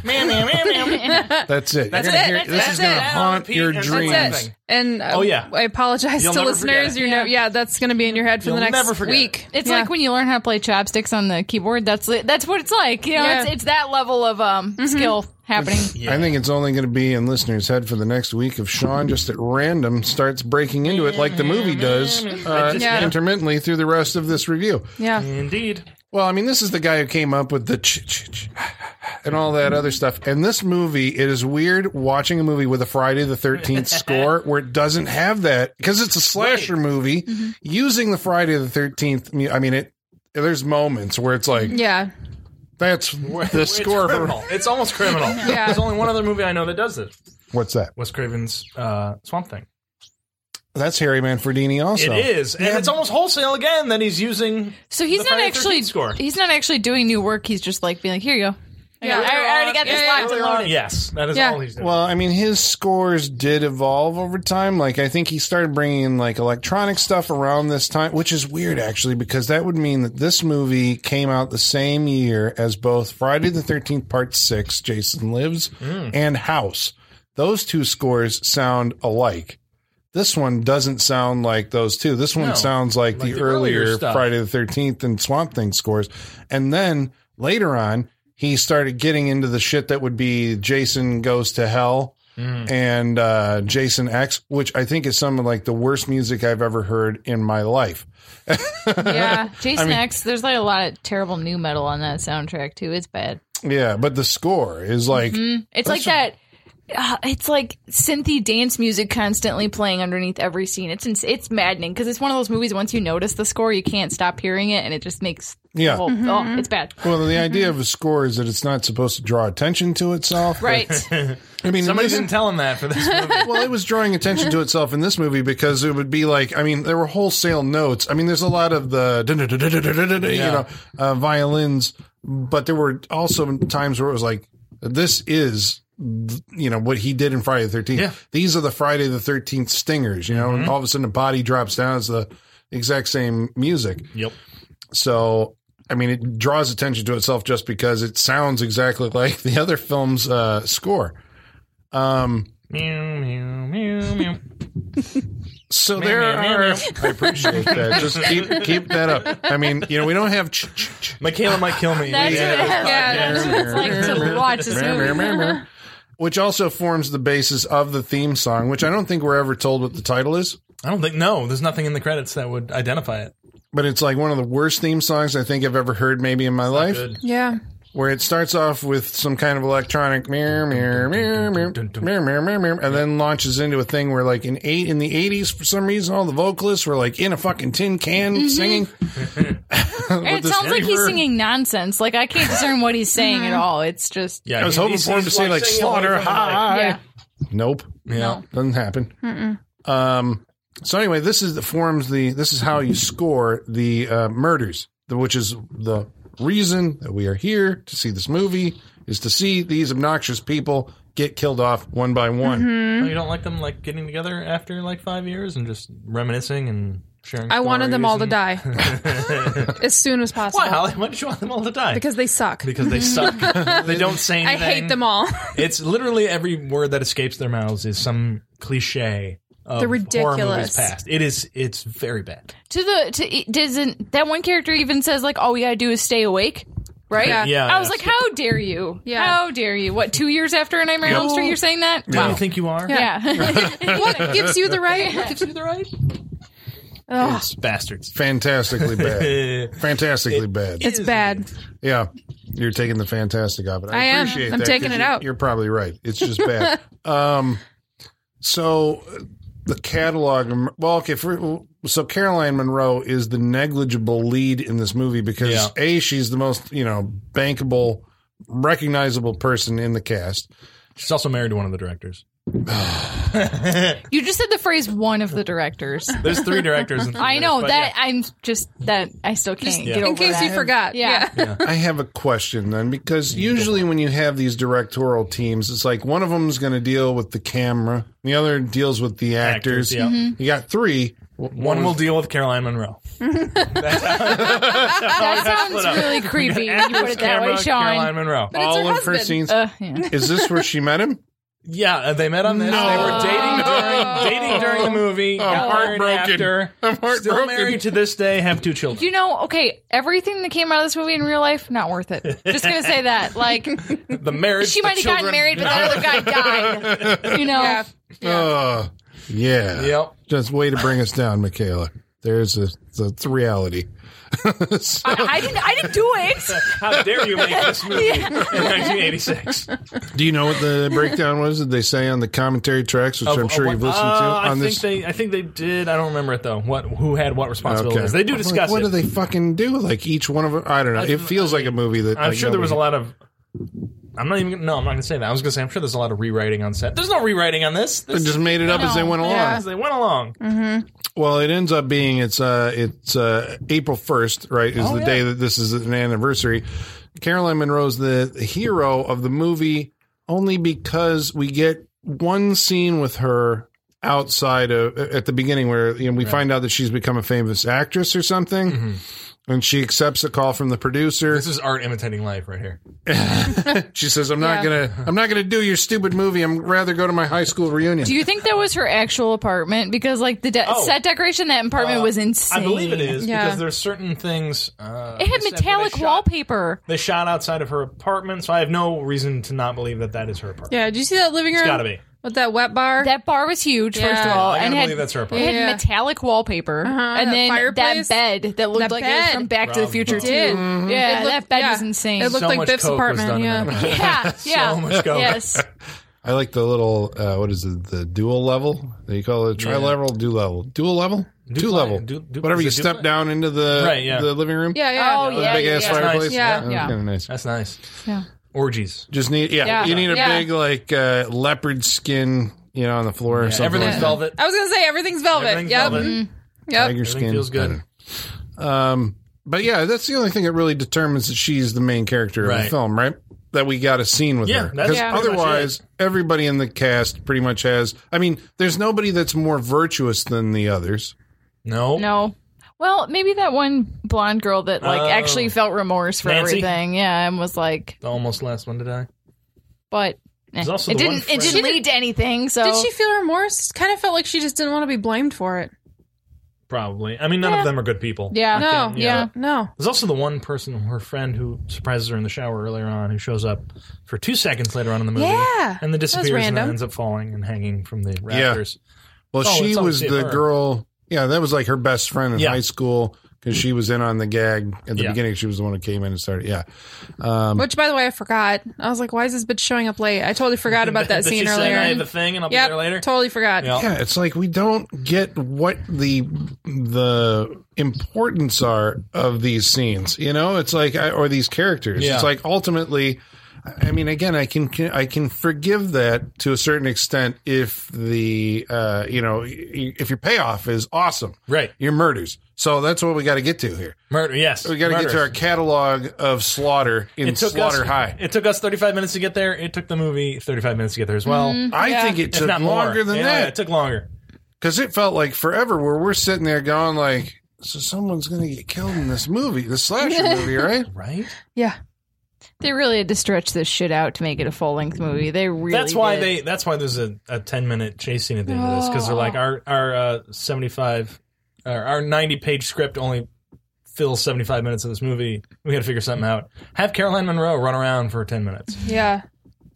Meow, meow, meow, meow.
that's it
That's
You're gonna
it.
hear-
That's
this
it.
is gonna
That's it.
haunt
Repeat
your
and-
dreams
That's it.
and uh,
Oh, yeah.
I apologize
You'll
to
never
listeners.
forget it.
You know, yeah, that's going to be in your head for
You'll
the next
never forget
week.
It's
Yeah.
like when you learn how to play chopsticks on the keyboard. That's that's what it's like. You know,
Yeah. Mm-hmm.
it's it's that level of um skill happening.
I think it's only going to be in listeners' head for the next week if Sean just at random starts breaking into it like the movie does
Mm-hmm.
uh,
Yeah.
intermittently through the rest of this review.
yeah.
Mm. Indeed.
Well, I mean, this is the guy who came up with the ch ch ch and all that other stuff. And this movie, it is weird watching a movie with a Friday the 13th score where it doesn't have that because it's a slasher movie
Mm-hmm.
using the Friday the 13th. mu- I mean, it. There's moments where it's like
Yeah.
that's the
It's
score. For,
criminal. It's almost criminal. There's only one other movie I know that does this.
what's that?
Wes Craven's uh, Swamp Thing.
That's Harry Manfredini. Also,
it is, and it's almost wholesale again that he's using.
So he's
The
not
Friday
actually
13th score.
he's not actually doing new work. He's just like being like, here you go.
Yeah.
I, I already got this
Yeah, yeah,
locked
yeah.
and loaded.
Yes, that is
Yeah.
all he's doing.
Well, I mean, his scores did evolve over time. Like, I think he started bringing in like electronic stuff around this time, which is weird actually, because that would mean that this movie came out the same year as both Friday the 13th Part 6, Jason Lives,
Hmm.
and House. Those two scores sound alike. This one doesn't sound like those two. This one
No,
sounds like,
like
the,
the earlier
earlier
stuff.
Friday the 13th and Swamp Thing scores. And then later on, he started getting into the shit that would be Jason Goes to Hell
Mm.
and uh, Jason X, which I think is some of like the worst music I've ever heard in my life.
Yeah.
Jason X, there's like a lot of terrible new metal on that soundtrack too. It's bad.
Yeah, but the score is like
It's like that. Uh, it's like synthy dance music constantly playing underneath every scene. It's ins- it's maddening because it's one of those movies. Once you notice the score, you can't stop hearing it, and it just makes the
Yeah.
whole-
Mm-hmm.
oh, it's bad.
well, the idea of a score is that it's not supposed to draw attention to itself.
Right.
I mean,
Somebody
this-
didn't tell him that for this movie.
well, it was drawing attention to itself in this movie because it would be like, I mean, there were wholesale notes. I mean, there's a lot of the, dun-dun-dun-dun-dun-dun-dun, you
Yeah.
know, uh, violins, but there were also times where it was like, this is, th- you know, what he did in Friday the 13th.
Yeah.
Mm-hmm. These are the Friday the 13th stingers, you know, and all of a sudden the body drops down as the, exact same music.
Yep.
So, I mean, it draws attention to itself just because it sounds exactly like the other film's uh, score. Um,
Meow, meow, meow, meow.
so there
meow, meow,
are.
meow.
I appreciate that. Just keep keep that up. I mean, you know, we don't have. Ch- ch- ch-
Michaela might kill me.
That's
Yeah.
what it has.
Yeah,
that's what it's like to watch this movie.
which also forms the basis of the theme song, which I don't think we're ever told what the title is.
I don't think no. There's nothing in the credits that would identify it.
But it's like one of the worst theme songs I think I've ever heard, maybe in my life.
Good.
Yeah.
where it starts off with some kind of electronic mirror, mirror, mirror, mirror, mirror, mirror, mirror, mirror, and then launches into a thing where, like, in eight in the eighties, for some reason, all the vocalists were like in a fucking tin can singing.
Mm-hmm. It sounds like he's singing nonsense. Like I can't discern what he's saying
Mm-hmm.
at all. It's just
Yeah,
I was hoping for him to say like slaughter high.
Yeah.
Nope,
Yeah,
doesn't happen. Um. So anyway, this is the forms the this is how you score the uh, murders, the- which is the reason that we are here to see this movie is to see these obnoxious people get killed off one by one.
Mm-hmm.
No, you don't like them like getting together after like five years and just reminiscing and sharing.
I wanted them all to
stories
die
and-
as soon as possible
Why, Holly? Why did you want them all to die?
because they suck.
Because they suck. they don't say
I
anything.
hate them all.
It's literally every word that escapes their mouths is some cliche. Of
They're
Horror movies
ridiculous.
past. It is. It's very bad.
to the to it doesn't that one character even says like all we gotta do is stay awake, right?
Yeah.
Yeah,
I was
that's-
like, how dare you?
Yeah.
How dare you? What two years after a Nightmare on Elm Street? You're saying that?
Wow.
Wow.
you think you are?
Yeah.
what gives you the right?
Gives you the right.
Ugh,
Yes, bastards.
Fantastically bad.
Eh.
Fantastically bad.
it's bad.
Yeah. You're taking the fantastic of it. I,
I am.
appreciate
I'm
that
taking
'cause
it
you-
out.
You're probably right. It's just bad. um, so uh, the catalog, um, well, okay. For, so Caroline Monroe is the negligible lead in this movie because
Yeah.
A, she's the most, you know, bankable, recognizable person in the cast.
She's also married to one of the directors.
you just said the phrase one of the directors.
There's three directors. In three
I
years,
know
but
that I'm just that I still can't
Just
get
in
over
case
that.
you forgot.
Yeah.
Yeah.
I have a question then, because usually when you have these directorial teams, it's like one of them's going to deal with the camera, the other deals with the actors.
Actors, yeah. Mhm.
Mm-hmm.
You got three.
Yeah. One will deal with Caroline Monroe.
That sounds really creepy when you put it that way,
Camera, Caroline
Sean.
Monroe.
it's
all
her
in first
husband.
scenes.
Uh, yeah.
Is this where she met him?
Yeah, uh, they met on this. They were dating during, dating during the movie. got married
heartbroken.
After,
I'm
still
heartbroken.
married to this day. Have two children.
You know, okay, everything that came out of this movie in real life, not worth it. Just gonna say that. Like she
The marriage. the
might have gotten
children.
married, but that other guy died. You know,
Yeah.
Uh, yeah.
Yep.
Just way to bring us down, Michaela. There's a, the th- reality. So-
I, I didn't. I didn't do it.
How dare you make this movie in 1986?
do you know what the breakdown was? Did they say on the commentary tracks, which I'm
Of-
sure
uh,
you've
what-
listened
uh,
to?
I
On
think
this,
they. I think they did. I don't remember it though. What? Who had what responsibilities? They do
I'm like,
discuss
what
it.
do they fucking do? Like each one of them, I don't know. It feels like a movie that
I'm
like,
sure there was a
nobody-
lot of. I'm not even. gonna- No, I'm not going to say that. I was going to say I'm sure there's a lot of rewriting on set. There's no rewriting on this.
They
This
just made it up as they went along.
Yeah.
as they went along.
Well, it ends up being it's uh it's uh April first, right? Is
Oh,
the
yeah.
day that this is an anniversary. Caroline Monroe's the hero of the movie only because we get one scene with her outside of at the beginning where you know we find out that she's become a famous actress or something.
Mm-hmm.
And she accepts a call from the producer.
This is art imitating life right here.
She says, "I'm not gonna, I'm not gonna do your stupid movie. I'm rather go to my high school reunion."
Do you think that was her actual apartment? Because like the de-
Oh.
set decoration, in that apartment was insane.
I believe it is
Yeah.
because there's certain things. Uh,
It had
they said
metallic
they shot-
wallpaper.
They shot outside of her apartment, so I have no reason to not believe that that is her apartment.
Yeah. Did you see that living room?
gotta be.
With that wet bar?
That bar was huge, first of
Yeah.
all,
I
and
gotta
had
believe that's her
it had
apartment.
Yeah.
metallic wallpaper, and
that
then
fireplace.
that bed that looked
That
like it was
bed.
from Back to the
Rob
Future
Bell.
too.
Did.
Yeah,
It looked-
that bed
yeah.
was insane.
It looked
So
like
much
Biff's
coke
apartment,
was done
yeah.
in that apartment.
yeah, yeah,
So much coke.
yes.
I like the little uh, what is it? The dual level? They call it tri level, dual level, dual level, two
Dupli-
level.
du- du-
Whatever
is
you
it
step
dupli-
down into the
Right, yeah.
the living room.
yeah. Yeah.
Oh, yeah,
big
yeah,
ass
yeah.
fireplace.
Nice.
Yeah.
that was
Yeah.
kind of nice.
That's nice.
Yeah.
Orgies.
Just need yeah.
Yeah.
You need a
Yeah.
big like uh, leopard skin, you know, on the floor or something.
Everything's
like that.
velvet.
I was gonna say everything's velvet.
Everything's
Mm-hmm. yep. Mm.
velvet.
Yep.
Tiger
Everything
skin
feels good.
Um, but yeah, that's the only thing that really determines that she's the main character of the
Right.
film, right? That we got a scene with her.
Yeah, that's
Because
Yeah. pretty much
otherwise, everybody in the cast pretty much has. I mean, there's nobody that's more virtuous than the others.
No.
No. Well, maybe that one blonde girl that like
Oh.
actually felt remorse for
Nancy?
everything. Yeah, and was like,
The almost last one to die.
but eh,
There's also
it
the one
didn't. It
friend-
didn't lead to anything. So
Did she feel remorse? Kind of felt like she just didn't want to be blamed for it.
Probably. I mean, none
Yeah.
of them are good people.
Yeah.
No,
yeah.
yeah, no.
There's also the one person, her friend, who surprises her in the shower earlier on, who shows up for two seconds later on in the movie,
Yeah,
and then
was
disappears and then
random.
ends up falling and hanging from the
Yeah.
rafters.
Well,
Oh,
she
it's
was
obviously
the
her.
girl. Yeah, that was like her best friend in
Yeah.
high school because she was in on the gag at the
Yeah.
beginning. She was the one who came in and started. Yeah,
Which, by the way, I forgot. I was like, why is this bitch showing up late? I totally forgot about that
she
scene
said, I have
earlier.
a thing, and I'll be there later.
Yep, totally forgot.
Yeah.
yeah. It's like we don't get what the the importance are of these scenes. You know, it's like I- or these characters.
Yeah.
It's like ultimately. I mean, again, I can I can forgive that to a certain extent if the uh, you know if your payoff is awesome,
Right.
Your murders. So that's what we got to get to here.
Murder. Yes.
We got to get
murders.
to our catalog of slaughter in
It took
Slaughter
us,
High.
It took us 35 minutes to get there. It took the movie 35 minutes to get there as well.
I
Yeah.
think it
If
took
not more.
longer than
Yeah,
that.
It took longer.
because it felt like forever where we're sitting there going like so someone's gonna get killed in this movie the slasher movie right
Right?
Yeah.
they really had to stretch this shit out to make it a full length movie. They really.
that's why
did.
they. That's why there's a, a 10 minute chase scene at the end of this because they're like our our uh, 75, our, our 90 page script only fills 75 minutes of this movie. We got to figure something out. Have Caroline Monroe run around for 10 minutes.
Yeah.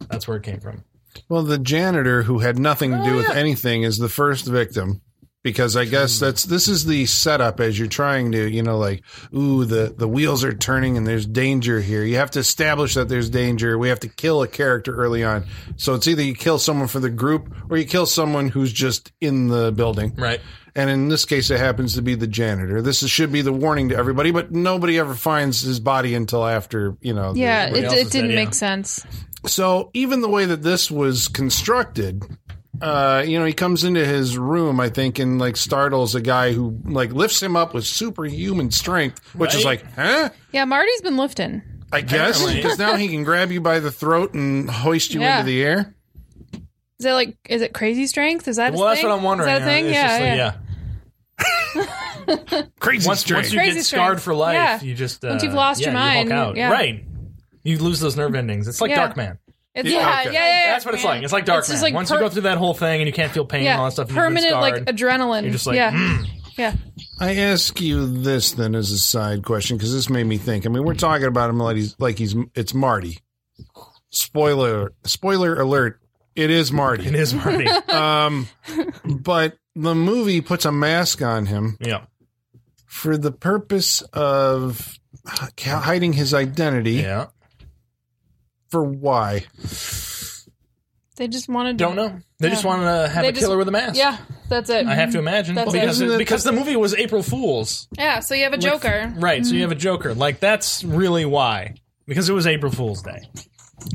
That's where it came from.
well the janitor who had nothing to do with anything is the first victim because I guess that's this is the setup as you're trying to you know like ooh the the wheels are turning and there's danger here you have to establish that there's danger we have to kill a character early on so it's either you kill someone for the group or you kill someone who's just in the building
Right.
and in this case it happens to be the janitor this is, should be the warning to everybody but nobody ever finds his body until after you know the-
Yeah,
Everybody
it,
else
it
is
didn't
dead, yeah.
make sense.
so even the way that this was constructed uh, you know he comes into his room i think and like startles a guy who like lifts him up with superhuman strength which is
Right.
like huh
Yeah, Marty's been lifting.
i guess
Apparently.
because now he can grab you by the throat and hoist you
Yeah.
into the air
Is that like, is it crazy strength? Is that a
Well, that's
thing?
what I'm wondering.
Is that a thing?
It's
Yeah,
just like,
yeah.
crazy
Once,
strength
once you
Crazy
get
strength.
scarred for life,
Yeah.
you just uh,
Once you've lost
yeah,
your
you Hulk
mind,
out.
yeah.
right? You lose those nerve endings. It's like
Yeah.
Dark Man.
It's,
Yeah,
yeah,
okay.
yeah, yeah, yeah.
That's what it's like. It's like Dark
It's
Man.
just like
Once
per-
you go through that whole thing and you can't feel pain and all
Yeah,
that stuff,
permanent
you
like
like
adrenaline.
You're just like,
yeah,
mm.
yeah.
I ask you this then as a side question because this made me think. I mean, we're talking about him like he's like he's it's Marty. Spoiler spoiler alert: it is
it
Marty.
is Marty.
Um, but the movie puts a mask on him
yeah,
for the purpose of h- hiding his identity.
yeah.
For why?
They just wanted. To,
Don't know. They
Yeah.
just want to have
They
a
just-
killer with a mask.
Yeah, that's it.
I have to imagine
That's it.
because
Isn't it-
because the movie was April Fools,
yeah, so you have a Joker.
right? So you
Mm.
have a Joker. Like that's really why because it was April Fools Day.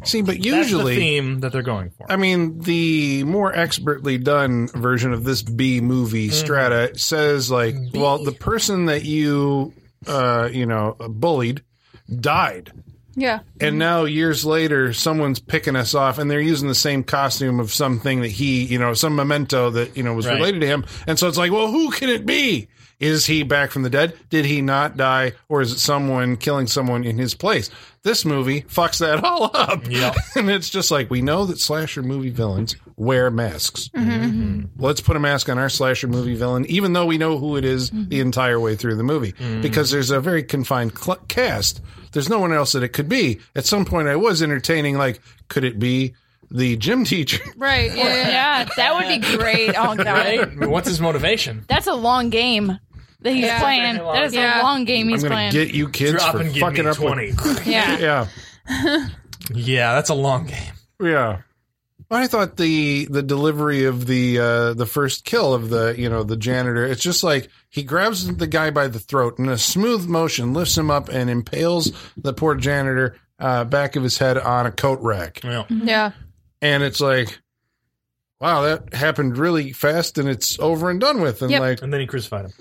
See, but
That's
usually
the theme that they're going for.
I mean, the more expertly done version of this B movie strata says like, well, the person that you, uh, you know, bullied died.
Yeah,
And now years later, someone's picking us off and they're using the same costume of something that he, you know, some memento that, you know, was
Right.
related to him. And so it's like, well, who can it be? Is he back from the dead? Did he not die? Or is it someone killing someone in his place? This movie fucks that all up.
Yeah.
and it's just like, we know that slasher movie villains wear masks. Let's put a mask on our slasher movie villain, even though we know who it is
Mm-hmm.
the entire way through the movie. Because there's a very confined cl- cast. There's no one else that it could be. At some point, I was entertaining, like, could it be the gym teacher?
right. Yeah, yeah, yeah.
Yeah, that would be great. Oh god,
Right? What's his motivation?
that's a long game that he's
Yeah.
playing. That is
Yeah.
a long game he's
I'm going
playing.
to get you kids
Drop
for
and give
fucking
me
up. with-
twenty.
yeah.
yeah.
yeah, that's a long game.
Yeah. I thought the the delivery of the uh, the first kill of the you know the janitor. It's just like he grabs the guy by the throat in a smooth motion, lifts him up, and impales the poor janitor uh, back of his head on a coat rack.
Yeah.
And it's like, wow, that happened really fast, and it's over and done with. And
Yep.
like,
And then he crucified him.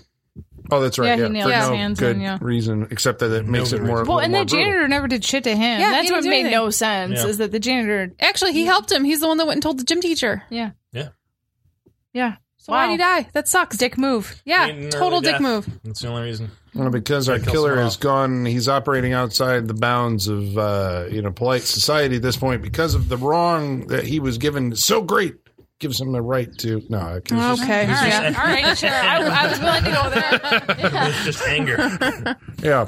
oh, that's right,
Yeah,
yeah,
he nailed
for
his
no
hands
good
in, yeah.
reason, except that it makes
good
it more
reason.
a
Well,
little
and
more
the
brutal.
janitor never did shit to him.
Yeah, he
That's
didn't
what
do
made
anything.
no sense.
Yeah.
Is that the janitor?
Actually, he helped him. He's the one that went and told the gym teacher.
Yeah,
Yeah.
yeah.
So why
Wow.
did he die? That sucks.
Dick move.
Yeah,
Beaten early
total dick
death.
move.
That's the only reason.
Well, because our
kills
killer
him
has
off.
gone, he's operating outside the bounds of uh, you know polite society at this point because of the wrong that he was given. So great gives him the right to no. I can
Mm-hmm.
just-
Okay.
All
Yeah.
right, all right, sure. I, I was willing to go there.
It's just anger.
yeah.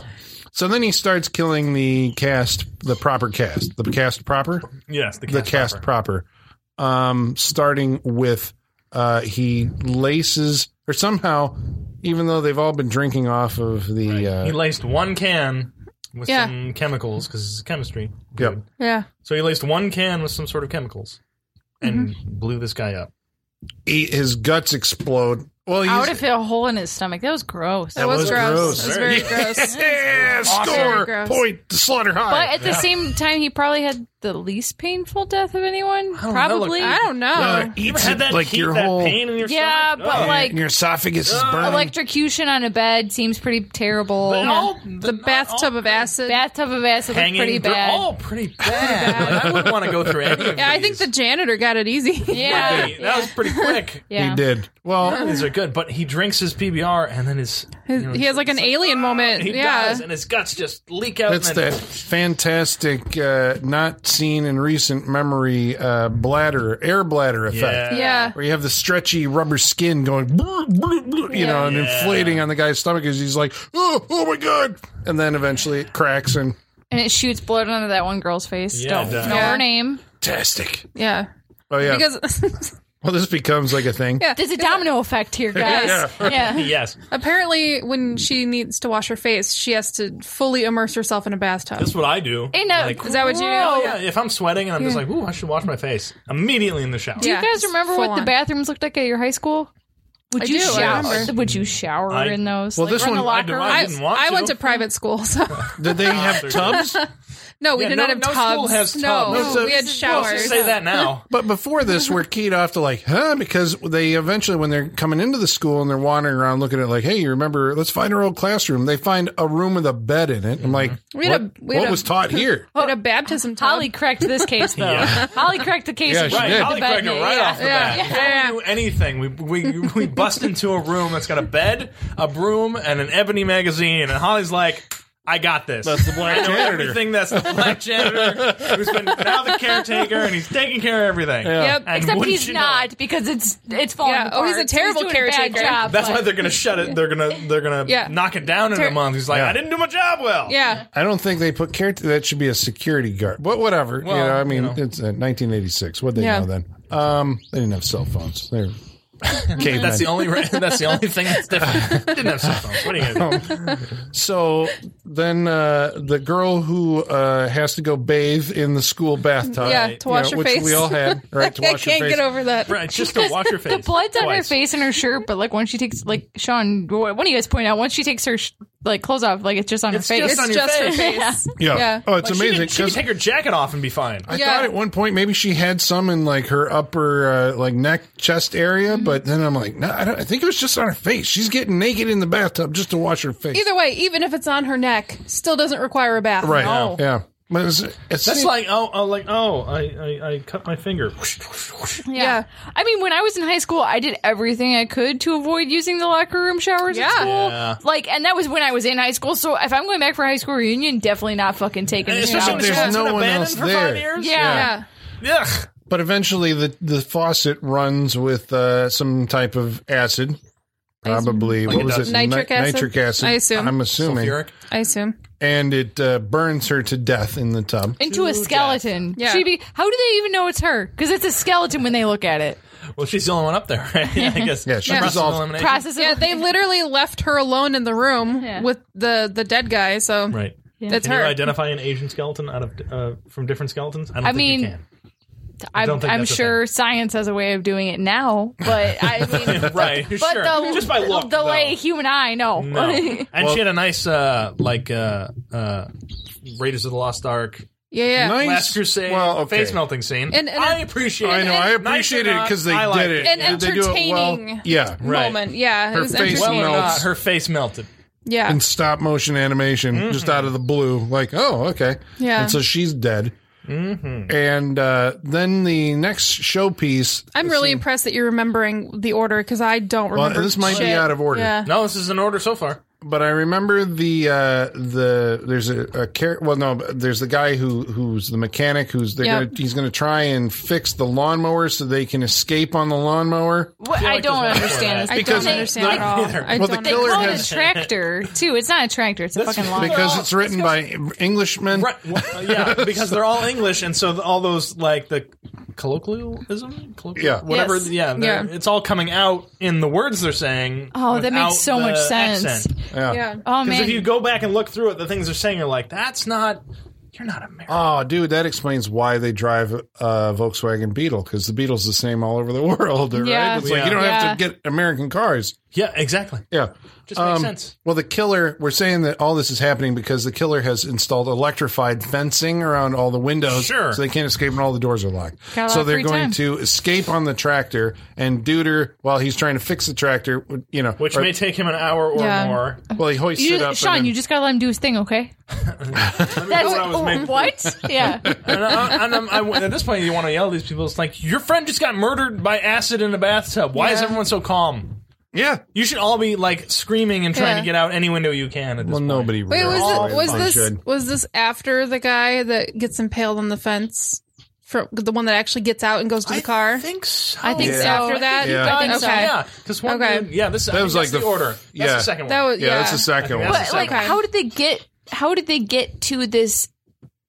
So then he starts killing the cast, the proper cast, the cast proper,
Yes, the
the
cast,
cast
proper.
proper. Um, starting with uh, he laces or somehow, even though they've all been drinking off of the uh,
He laced one can with
Yeah.
some chemicals because it's chemistry.
Yep.
Yeah.
So he laced one can with some sort of chemicals and
Mm-hmm.
blew this guy up.
he, his guts explode. Well, he's,
I would have hit a hole in his stomach. That was gross.
That was,
was gross.
gross. It was very
Yeah,
gross. Very
score
gross.
point to slaughter
But
high.
at the same time, he probably had the least painful death of anyone.
don't know, look,
Probably.
I don't know.
You ever had that
like
heat,
your
that
whole
pain in your
Oh, yeah,
stomach? Oh,
but
Ugh.
like
your esophagus is burning.
electrocution on a bed seems pretty terrible.
But all-
the
but not
bathtub
all
of acid.
Bathtub of acid was
hanging,
pretty
they're
bad.
all pretty bad. like, I wouldn't want to go through any of
yeah, I think
these.
the janitor got it easy.
yeah,
Hey, That was pretty quick.
yeah.
He did. Well,
These are good, but he drinks his PBR and then his
His- he has like an alien moment.
"Ah." he
yeah.
dies and his guts just leak out.
that's
and then
that fantastic, uh, not seen in recent memory, uh, bladder, air bladder effect.
Yeah.
yeah.
Where you have the stretchy rubber skin going, "Brr, brr, brr," you know, and inflating on the guy's stomach as he's like, oh, oh my God. And then eventually it cracks and
and it shoots blood onto that one girl's face.
Yeah,
don't
it
know
does.
Yeah.
her name.
fantastic.
Yeah.
Oh, yeah.
Because
well, this becomes like a thing.
Yeah.
There's a domino effect here, guys. yeah.
Yes,
apparently, when she needs to wash her face, she has to fully immerse herself in a bathtub.
that's what I do.
Ain't no-
Like,
Is that what you
Oh
do?
yeah, if I'm sweating and I'm just like, ooh, I should wash my face immediately in the shower.
Do
Yeah,
you guys
it's
remember
full
what the
on.
bathrooms looked like at your high school? Would
I
you
do, I
shower?
remember.
Would you shower
Mm-hmm. I-
in those?
Well,
Like,
this
we're in
one-
the
I
locker
do-
room?
I
I,
didn't want
I
to.
went to private school, so
Did they have
they're-
tubs?
no, we
Yeah,
did
no-
not have
no
tubs.
school has
No,
tubs.
we had
Well, let's
showers.
just say that now.
But before this, we're keyed off to like, huh? Because they eventually, when they're coming into the school and they're wandering around looking at like, hey, you remember? Let's find our old classroom. They find a room with a bed in it. I'm like,
Mm-hmm. We
what,
had a- we had
what
a-
was taught here?
We had a baptism tub.
Holly cracked this case though.
Yeah.
Holly cracked the case.
Yeah,
and
she
put
Right,
it
did.
in
Holly
the bed.
Craigner right
Yeah.
off the
Yeah.
bat.
Yeah.
Before we do anything, we, we, we bust into a room that's got a bed, a broom, and an ebony magazine, and Holly's like, I got this. That's the black I know
janitor.
everything that's the black janitor who's been now the caretaker, and he's taking care of everything.
Yep.
And
Except
wouldn't
he's
you know
not because it's it's falling
Yeah.
apart.
Oh, he's a
so
terrible
doing a bad
caretaker.
job,
That's
but-
why they're gonna shut it. They're gonna they're gonna
Yeah.
knock it down in a month. He's like,
Yeah.
I didn't do my job well.
yeah.
I don't think they put care. that should be a security guard. But whatever.
Well,
you know, I mean,
you know.
it's uh, 1986. What they
Yeah.
know then? Um, they didn't have cell phones. They're cavemen.
That's the only re- that's the only thing that's different. Didn't have cell phones. What are you gonna do?
so then uh, the girl who uh, has to go bathe in the school bathtub.
Yeah,
you
to wash her
which
face.
We all had right to
I
wash your
can't
face.
get over that.
Right, just to wash your face.
The blood's on her
Twice.
face and her shirt, but like once she takes like Sean, one of you guys point out once she takes her sh- like clothes off, like it's just on
It's
her face.
just on
It's
your
just her
face.
face.
Yeah.
Yeah.
Oh, it's
Like, she
amazing.
could- She could
'cause
take her jacket off and be fine.
I
Yeah.
thought at one point maybe she had some in like her upper uh, like neck chest area,
Mm-hmm.
but then I'm like, no, I, don't, I think it was just on her face. She's getting naked in the bathtub just to wash her face.
Either way, even if it's on her neck, still doesn't require a bath.
right?
No.
Yeah. But it's, it's
That's like oh, oh like oh I, I I cut my finger.
Yeah.
I mean, when I was in high school, I did everything I could to avoid using the locker room showers
Yeah.
at school.
Yeah.
Like, and that was when I was in high school. So if I'm going back for a high school reunion, definitely not fucking taking the
Especially
shower.
when
There's
school's
no
been
one
abandoned
else
for
there.
five years.
yeah.
Yeah.
Ugh.
but eventually the the faucet runs with uh, some type of acid. Probably what
it
was
does.
it?
Nitric
Ni-
acid?
Nitric acid.
I assume.
I'm assuming,
Sulfuric.
I assume.
and it uh, burns her to death in the tub.
Into a skeleton.
Yeah.
She'd be, how do they even know it's her? Because it's a skeleton when they look at it.
Well, she's the only one up there, right? yeah, I guess.
Yeah, she
Process of
dissolved-
elimination.
Process
Yeah,
of
they literally left her alone in the room
Yeah.
with the the dead guy. So
Right.
that's
Can you
her.
identify an Asian skeleton out of uh, from different skeletons? I don't
I
think
mean-
you can.
I'm,
don't think
I'm
that's a
sure science has a way of doing it now, but I mean,
Right,
But
sure.
the,
Just by look,
the
though.
lay human eye, no.
No. and she had a nice uh, like uh, uh, Raiders of the Lost Ark,
yeah, yeah.
Nice.
Last Crusade,
Well, okay.
face melting scene.
And- and-
I appreciate.
I know.
it.
I
Nice or
appreciate it
not,
because they
I like
did it. Did
An
they do it well?
entertaining- Mm-hmm.
Yeah.
Right.
Moment. Yeah, it
Her
was
face
entertaining.
Well or not,
melts.
her face melted.
yeah,
in stop motion animation just out of the blue like oh okay
Yeah.
and so she's dead
Mm-hmm.
And uh, then the next showpiece.
I'm really impressed that you're remembering the order because I don't
Well,
remember.
this might be
shit.
out of order.
Yeah.
No, this is in order so far.
but I remember the uh, the there's a, a car- well no but there's the guy who who's the mechanic who's they're
Yep.
gonna, he's going to try and fix the lawnmower so they can escape on the lawnmower.
What,
feel
I
like
don't
there's one
understand
more
this.
I
Because
don't
they,
understand
they,
at all.
neither.
I
Well, the
don't
They
killer
call
understand.
it a
has-
tractor too. It's not a tractor. It's a
That's
fucking lawn.
Because
Oh,
it's written by Englishmen.
Right. Well, uh, yeah, because they're all English, and so the, all those like the colloquialism, colloquial,
Yeah.
whatever.
Yes.
Yeah, they're-
Yeah.
it's all coming out in the words they're saying.
Oh, that
without
makes so
the
much sense.
accent.
Yeah.
Oh
Because
man,
if you go back and look through it, the things they're saying are like, that's not, you're not American.
Oh, dude, that explains why they drive uh, Volkswagen Beetle because the Beetle's the same all over the world, right?
Yeah.
It's like you don't have to get American cars.
yeah, exactly. Um,
Yeah.
Just makes sense.
Well, the killer, we're saying that all this is happening because the killer has installed electrified fencing around all the windows.
Sure.
So they can't escape and all the doors are locked.
Got a lot
So
of
they're
free
going
time.
to escape on the tractor and Deuter, while he's trying to fix the tractor, would- you know.
Which
or-
may take him an hour or
Yeah.
more.
Well, he hoists
You
it up.
just, Sean,
and
you just gotta let him do his thing, okay?
Let me
That's
know what I was making.
what? Yeah.
And, I, and I'm, I, at this point, you want to yell at these people. It's like, your friend just got murdered by acid in a bathtub. Why is
Yeah.
everyone so calm?
yeah.
You should all be like screaming and trying
Yeah.
to get out any window you can at this
Well,
point.
nobody
Wait,
really
was,
really
it, was this
should.
was this after the guy that gets impaled on the fence? For the one that actually gets out and goes to the car.
I think so.
I think
so.
so.
After that?
I
Yeah.
think
Okay.
so.
Okay.
Yeah, because one.
Okay.
dude- yeah, this. That
was
was like
like
the,
the-
order. That's
yeah.
the second one.
That was
Yeah,
yeah.
that's the second
I
one.
think
But
That's
like,
okay.
how did they get? How did they get to this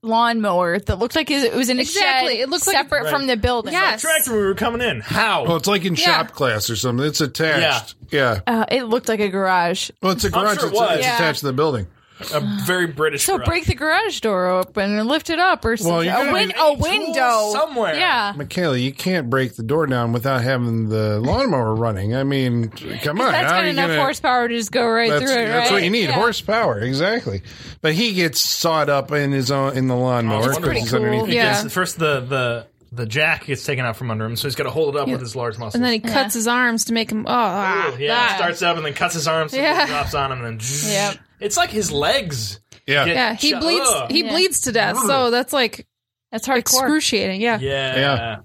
lawnmower that looked like it was in a
Exactly.
shed?
It looks like-
separate
Right.
from the building.
Yes.
Tractor, we were coming in. How?
Well, Oh, it's like in shop class or something. It's attached. Yeah.
Uh, it looked like a garage.
Well, it's a garage.
sure it
it's,
was.
it's
Yeah.
attached to the building.
a very British.
So
garage.
break the garage door open and lift it up, or
Well,
something.
you
a,
gotta
win-
be-
a window
somewhere.
Yeah,
Michaela, you can't break the door down without having the lawnmower running. I mean, come on.
that's
how
got
are you
enough
gonna-
horsepower to just go right
That's,
through it.
that's
right?
what you need,
Yeah.
horsepower, exactly. But he gets sawed up in his own in the lawnmower.
That's
because
pretty
he's
Oh, cool.
Oh, underneath-
He gets-
Yeah.
first, the the the jack gets taken out from under him, so he's got to hold it up with his large muscles.
and then he cuts his arms to make him. Oh, ah,
Ooh, yeah,
ah.
starts up and then cuts his arms.
Yeah.
and drops on him, and then
Yep.
it's like his legs.
Yeah. yeah,
Yeah.
Yeah, he
Shut
bleeds.
up.
He
Yeah.
bleeds to death. So that's like
That's hardcore.
excruciating. Yeah.
Yeah,
Yeah.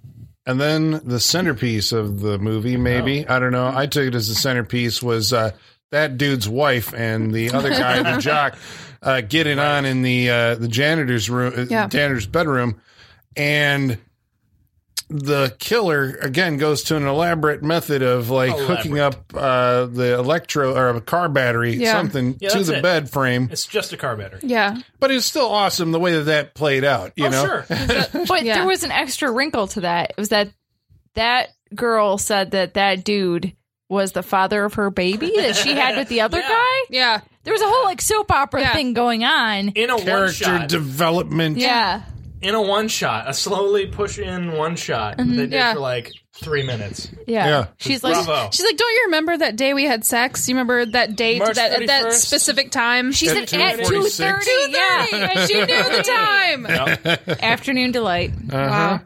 And then the centerpiece of the movie, maybe
Oh.
I don't know. I took it as the centerpiece was uh, that dude's wife and the other guy, the jock, uh, getting on in the uh, the janitor's room, uh,
Yeah.
janitor's bedroom, and the killer again goes to an elaborate method of like
Elaborate.
hooking up uh, the electro or a car battery,
Yeah.
something
Yeah,
to
that's
the
it.
bed frame.
It's just a car battery.
Yeah.
But it's still awesome the way that that played out. You
oh,
know,
sure.
But
Yeah.
there was an extra wrinkle to that. It was that that girl said that that dude was the father of her baby that she had with the other
Yeah.
guy.
Yeah.
There was a whole like soap opera
Yeah.
thing going on.
In a one
character
shot.
development.
yeah.
in a one shot, a slowly push in one shot. that They did
Yeah.
for like three minutes.
Yeah.
Yeah.
She's like
Bravo.
She's like, don't you remember that day we had sex? You remember that date
March
that at that
31st?
specific time?
she
She's
said at
2:46.
2:30. Yeah.
she knew the time.
Afternoon delight.
Uh-huh.
Wow.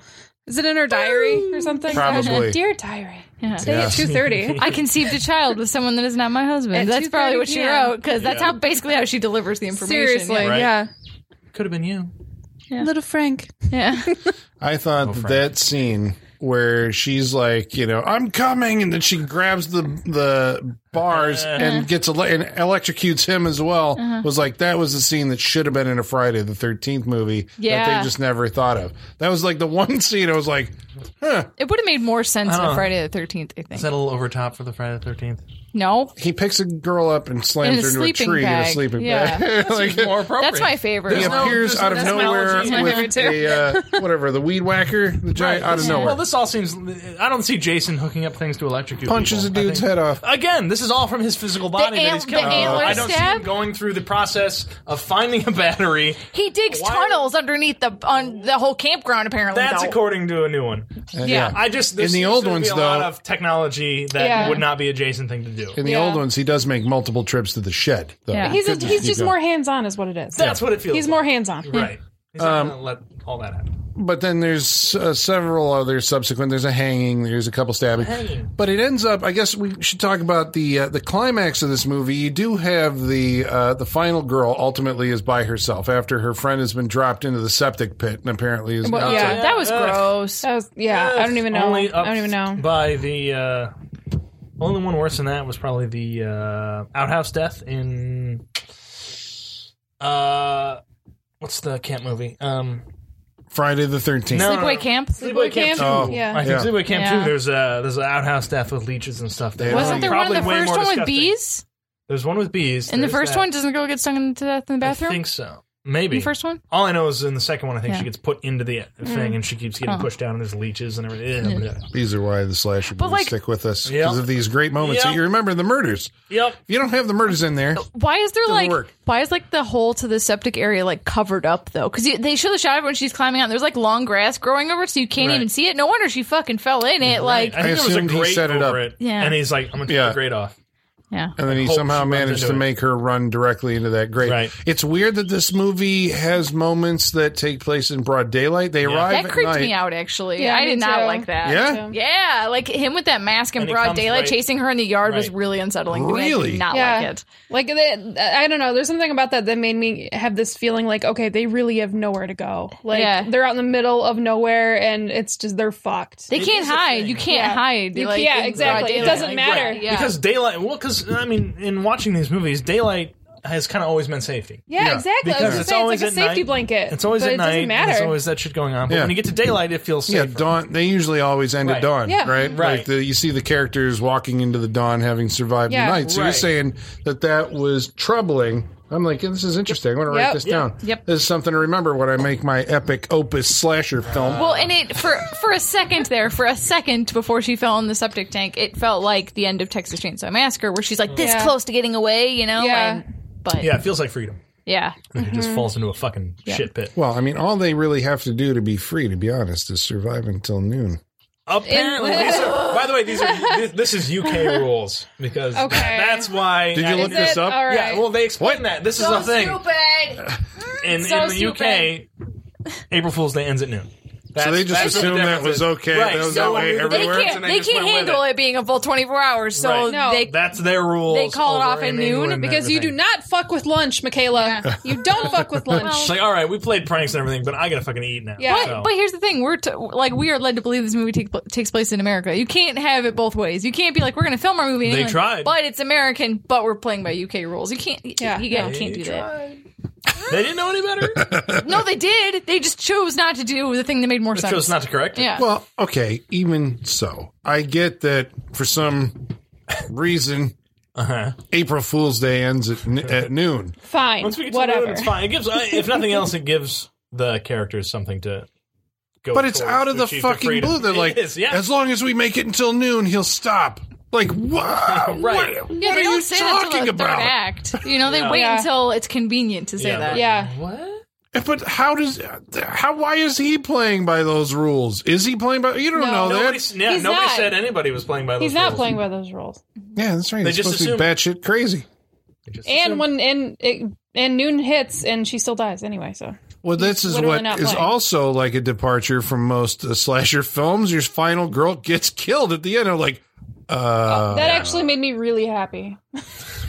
Is it in her diary or something?
Probably.
Dear diary.
Yeah.
Today at two thirty.
I conceived a child with someone that is not my husband.
At
that's probably what she
2:30 p.m.
wrote because that's how basically how she delivers the information.
Seriously,
Yeah.
Right.
yeah.
Could have been you.
Little Frank.
Yeah.
I thought
Oh,
that that scene where she's like, you know, I'm coming, and then she grabs the the bars
Uh-huh.
and gets ele- and electrocutes him as well.
Uh-huh.
Was like that was the scene that should have been in a Friday the Thirteenth movie that
Yeah.
they just never thought of. That was like the one scene I was like,
It would have made more sense
Uh-huh.
on Friday the Thirteenth. I think.
Is that a little over top for the Friday the Thirteenth?
no.
he picks a girl up and slams
In a
her into a
sleeping
tree in a
bag.
sleeping
Yeah.
bag. like,
More appropriate.
That's my favorite.
he
There's no-
appears
there's-
out of
that's my
nowhere
allergy. My
with a uh, whatever the weed whacker, the giant out of nowhere
Well, this all seems. I don't see Jason hooking up things to electrocute.
punches a
people. I
dude's
think-
head off.
Again, this is all from his physical body that
an-
he's
the
killing. people.
antler
I don't see him
stab?
going through the process of finding a battery.
He digs
Why-
tunnels underneath the on the whole campground. Apparently,
That's
though.
according to a new one.
yeah.
I just there
In the
seems
old
to be
ones,
a lot
though-
of technology that
Yeah.
would not be a Jason thing to do.
In the
Yeah.
old ones, he does make multiple trips to the shed. Though.
Yeah.
He's a,
Could
he's
keep
just
going.
more hands on, is what it is.
That's what it feels.
He's
like.
more hands on.
Um,
right. He's not gonna let all that happen.
but then there's uh, several other subsequent. There's a hanging. There's a couple stabbing.
Hanging.
But it ends up. I guess we should talk about the uh, the climax of this movie. You do have the uh, the final girl ultimately is by herself after her friend has been dropped into the septic pit and apparently is
Well,
not.
yeah.
that was
Ugh.
gross.
That was, yeah, I don't even know.
Only
I don't even know.
By the uh, only one worse than that was probably the uh, outhouse death in uh, what's the camp movie? Um,
Friday the Thirteenth.
No,
Sleepaway camp.
Sleepaway Camp.
Oh.
Yeah.
I think
Yeah.
Sleepaway Camp
Yeah.
too. There's a there's an outhouse death with leeches and stuff.
They
Wasn't there one
Probably
of the
way
first
more
one with
disgusting.
bees?
There's one with bees.
And the
There's
first
that.
one doesn't the girl get stung to death in the bathroom?
I think so. Maybe
The first one.
All I know is in the second one, I think
Yeah.
she gets put into the
Mm.
thing and she keeps getting
Huh.
pushed down, and there's leeches and everything. Ugh.
These are why the slasher
But,
movies
like-
stick with us because
Yeah.
of these great moments.
Yeah.
that You remember the murders.
Yep.
If you don't have the murders in there,
Why is there
Doesn't
like
work.
why is like the hole to the septic area like covered up though? Because they show the shot of when she's climbing out. And there's like long grass growing over, it, so you can't
Right.
even see it. No wonder she fucking fell in it. Like
I think there was a
assumed he
grate
set it
over
up.
it.
Yeah.
And he's like, I'm gonna take
Yeah.
the grate off.
yeah,
And then he
Hope she
somehow
runs
managed
into
to
it.
make her run directly into that grate.
Right.
It's weird that this movie has moments that take place in broad daylight. They arrive
that
at
creeped
night.
me out actually.
Yeah,
I
me
did not
too.
like that.
Yeah?
Yeah, like him with that mask in
And he
broad
comes
daylight
right-
chasing her in the yard was
right.
really unsettling. to me. I
Really?
did not
Yeah.
like it.
Like they, I don't know. There's something about that that made me have this feeling like, okay, they really have nowhere to go. Like
Yeah.
they're out in the middle of nowhere, and it's just they're fucked.
They
It
can't
is a
hide.
thing.
You can't
Yeah.
hide.
You-
like,
yeah,
in broad
exactly. It
daylight.
doesn't
Like,
matter.
right, Yeah.
Because daylight. Well, because I mean, in watching these movies, daylight has kind of always meant safety.
yeah,
Yeah.
exactly. I
Because
was
it's
gonna say,
always
it's like a
at
safety
night.
blanket.
It's always
but
at
it
night.
doesn't
and
matter.
There's always that shit going on. But
Yeah.
when you get to daylight, it feels
Yeah,
safe.
dawn. They usually always end at
Right.
dawn,
Yeah.
right?
Right.
Like the, you see the characters walking into the dawn, having survived
Yeah.
the night. So you're
Right.
saying that that was troubling. I'm like, yeah, this is interesting. I'm going to write
Yep.
this
Yeah.
down.
Yep.
This is something to remember when I make my epic opus slasher film.
Well, and it for for a second there, for a second before she fell in the septic tank, it felt like the end of Texas Chainsaw Massacre, where she's like this
Yeah.
close to getting away, you know.
Yeah.
And, but
Yeah,
yeah,
it feels like freedom. It
Mm-hmm.
just falls into a fucking shit pit.
Well, I mean, all they really have to do to be free, to be honest, is survive until noon.
Apparently, these are, by the way, these are this, this is UK rules because
Okay.
that's why.
Did you look
Is
this
it?
up?
All right.
Yeah, well, they explain that. This is a thing.
stupid.
in,
So
in the UK, April Fool's Day ends at noon. That's,
So they just
that's what the
assumed that
difference
was
is.
okay.
Right.
That was
so
that way
when
They
everywhere.
difference
can't.
and
They
just
can't
went with
handle it. being a full twenty four hours, so
Right.
No.
they
That's their rules.
They call it
over
off at
in
noon
England and
because you do
everything.
not fuck with lunch, Michaela. You don't fuck with lunch.
It's like, all right, we played pranks and everything, but I gotta fucking eat now.
Yeah.
But,
So.
but here's the thing: we're t- like we are led to believe this movie take, takes place in America. You can't have it both ways. You can't be like we're going to film our movie. In
They
England,
tried.
but it's American. But we're playing by UK rules. You can't.
Yeah.
Yeah, you, guys
They
can't do
they didn't know any better.
that. No, they did. They just chose not to do the thing that made more
They
sense.
chose not to correct it.
yeah.
Well, okay, even so, I get that for some reason
Uh-huh.
April Fool's Day ends at, n- at noon.
Fine,
Once we get to the
whatever.
moon, it's fine. It gives, I- if nothing else, it gives the characters something to go.
But it's
towards
out of
to
the
achieve
fucking
freedom.
blue. They're
It
like,
is, yeah.
as long as we make it until noon, he'll stop. Like, wow,
Right.
what,
Yeah,
what
they
are
don't
you
say that till
talking
the
about?
Third act. You know, they
Yeah.
wait
Yeah.
until it's convenient to say
Yeah,
that.
but-
Yeah,
what?
Eh, But how does how? Why is he playing by those rules? Is he playing by? You don't
No.
know
Nobody,
that.
yeah,
He's
nobody
not.
said anybody was playing by those
he's not
rules.
playing by those rules.
Yeah, that's right.
They
He's
just
supposed to be
assume-
batshit crazy.
They just
And
assume-
when and it, and noon hits and she still dies anyway. So
Well, this is
literally
what
not
is
playing.
also like a departure from most uh, slasher films. Your final girl gets killed at the end. I'm like, uh,
that actually made me really happy.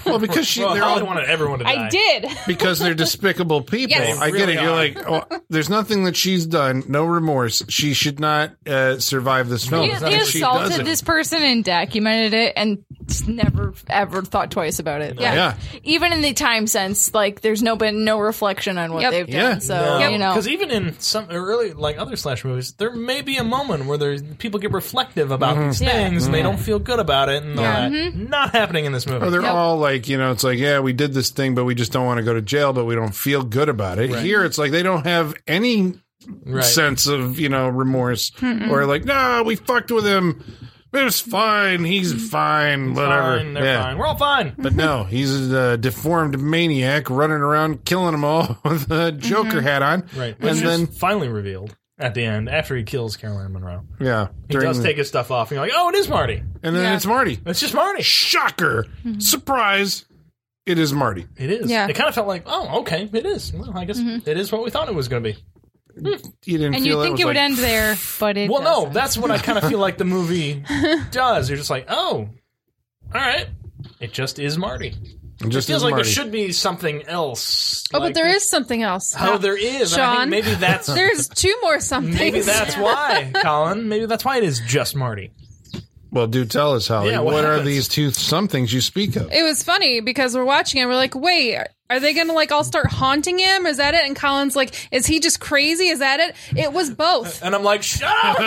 well, because she,
well,
they're
Holly
all,
Oh, wanted everyone to die.
I did.
because they're despicable people.
Yes.
I get
Really
it. You're
are.
like, oh, there's nothing that she's done. No remorse. She should not uh, survive this film.
You,
not
they
that she
assaulted
doesn't.
this person and documented it and just never ever thought twice about it.
Yeah. Yeah.
Even in the time sense, like there's no been no reflection on what
Yep.
they've done.
Yeah.
So
No.
you know,
because even in some early like other slash movies, there may be a moment where there's people get reflective about
Mm-hmm.
these
Yeah.
things and they don't feel good about it, and all that. not happening in this movie.
Or they're
Yep.
all like, you know, it's like, yeah, we did this thing, but we just don't want to go to jail, but we don't feel good about it. Here, it's like they don't have any
right.
sense of you know remorse or like nah we fucked with him it was fine he's fine whatever
Fine, they're
yeah.
fine. We're all fine.
but no he's a deformed maniac running around killing them all with a joker hat on
Mm-hmm. Right, which
and
is
then
finally revealed at the end after he kills Caroline Monroe.
yeah
He does
the-
take his stuff off, and you're like, "Oh, it is Marty.
and then
Yeah.
it's marty
It's just Marty.
shocker
Mm-hmm.
surprise it is marty
It is.
Yeah.
It kind of felt like, oh, okay, it is. Well, I guess it is what we thought it was going to be.
you didn't
And
feel
you
that
think
was
it would
like,
end there, but it
Well, no,
doesn't.
that's what I kind of feel like the movie does. You're just like, oh, all right. It just is Marty. It
It just
feels
is
like
Marty.
there should be something else.
Oh,
like,
but there is something else.
Oh, there is. and I
Sean.
think maybe that's
There's two more somethings.
maybe that's why, Colin. Maybe that's why it is just Marty.
Well, do tell us, Holly.
Yeah,
what
what
are
happens?
these two somethings you speak of?
it was funny because we're watching and we're like, wait, are they going to like all start haunting him? Is that it? And Colin's like, is he just crazy? Is that it? It was both.
And I'm like, shut up!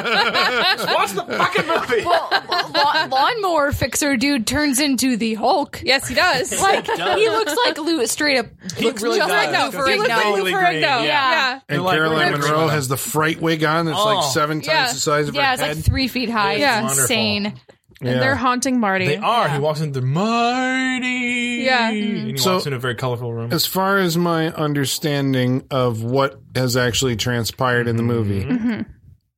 Just watch the fucking movie.
Lawn- lawnmower fixer dude turns into the Hulk.
Yes, he does.
Like he looks like Lou straight up.
He
looks
really
just
does. He
like Lou
looks
he
Ferrigno.
looked like
Really
Lou Ferrigno.
green,
Yeah.
yeah.
And
You're like,
Caroline
we're-
Monroe has the fright wig on. It's like
Oh.
seven times
Yeah.
the size of
Yeah,
her
it's
head.
like three feet high.
Yeah.
It's
Wonderful.
insane.
Yeah.
And they're haunting Marty.
They are. He walks into Marty.
Yeah.
And he
So-
walks into a very colorful room.
as far as my understanding of what has actually transpired in the movie,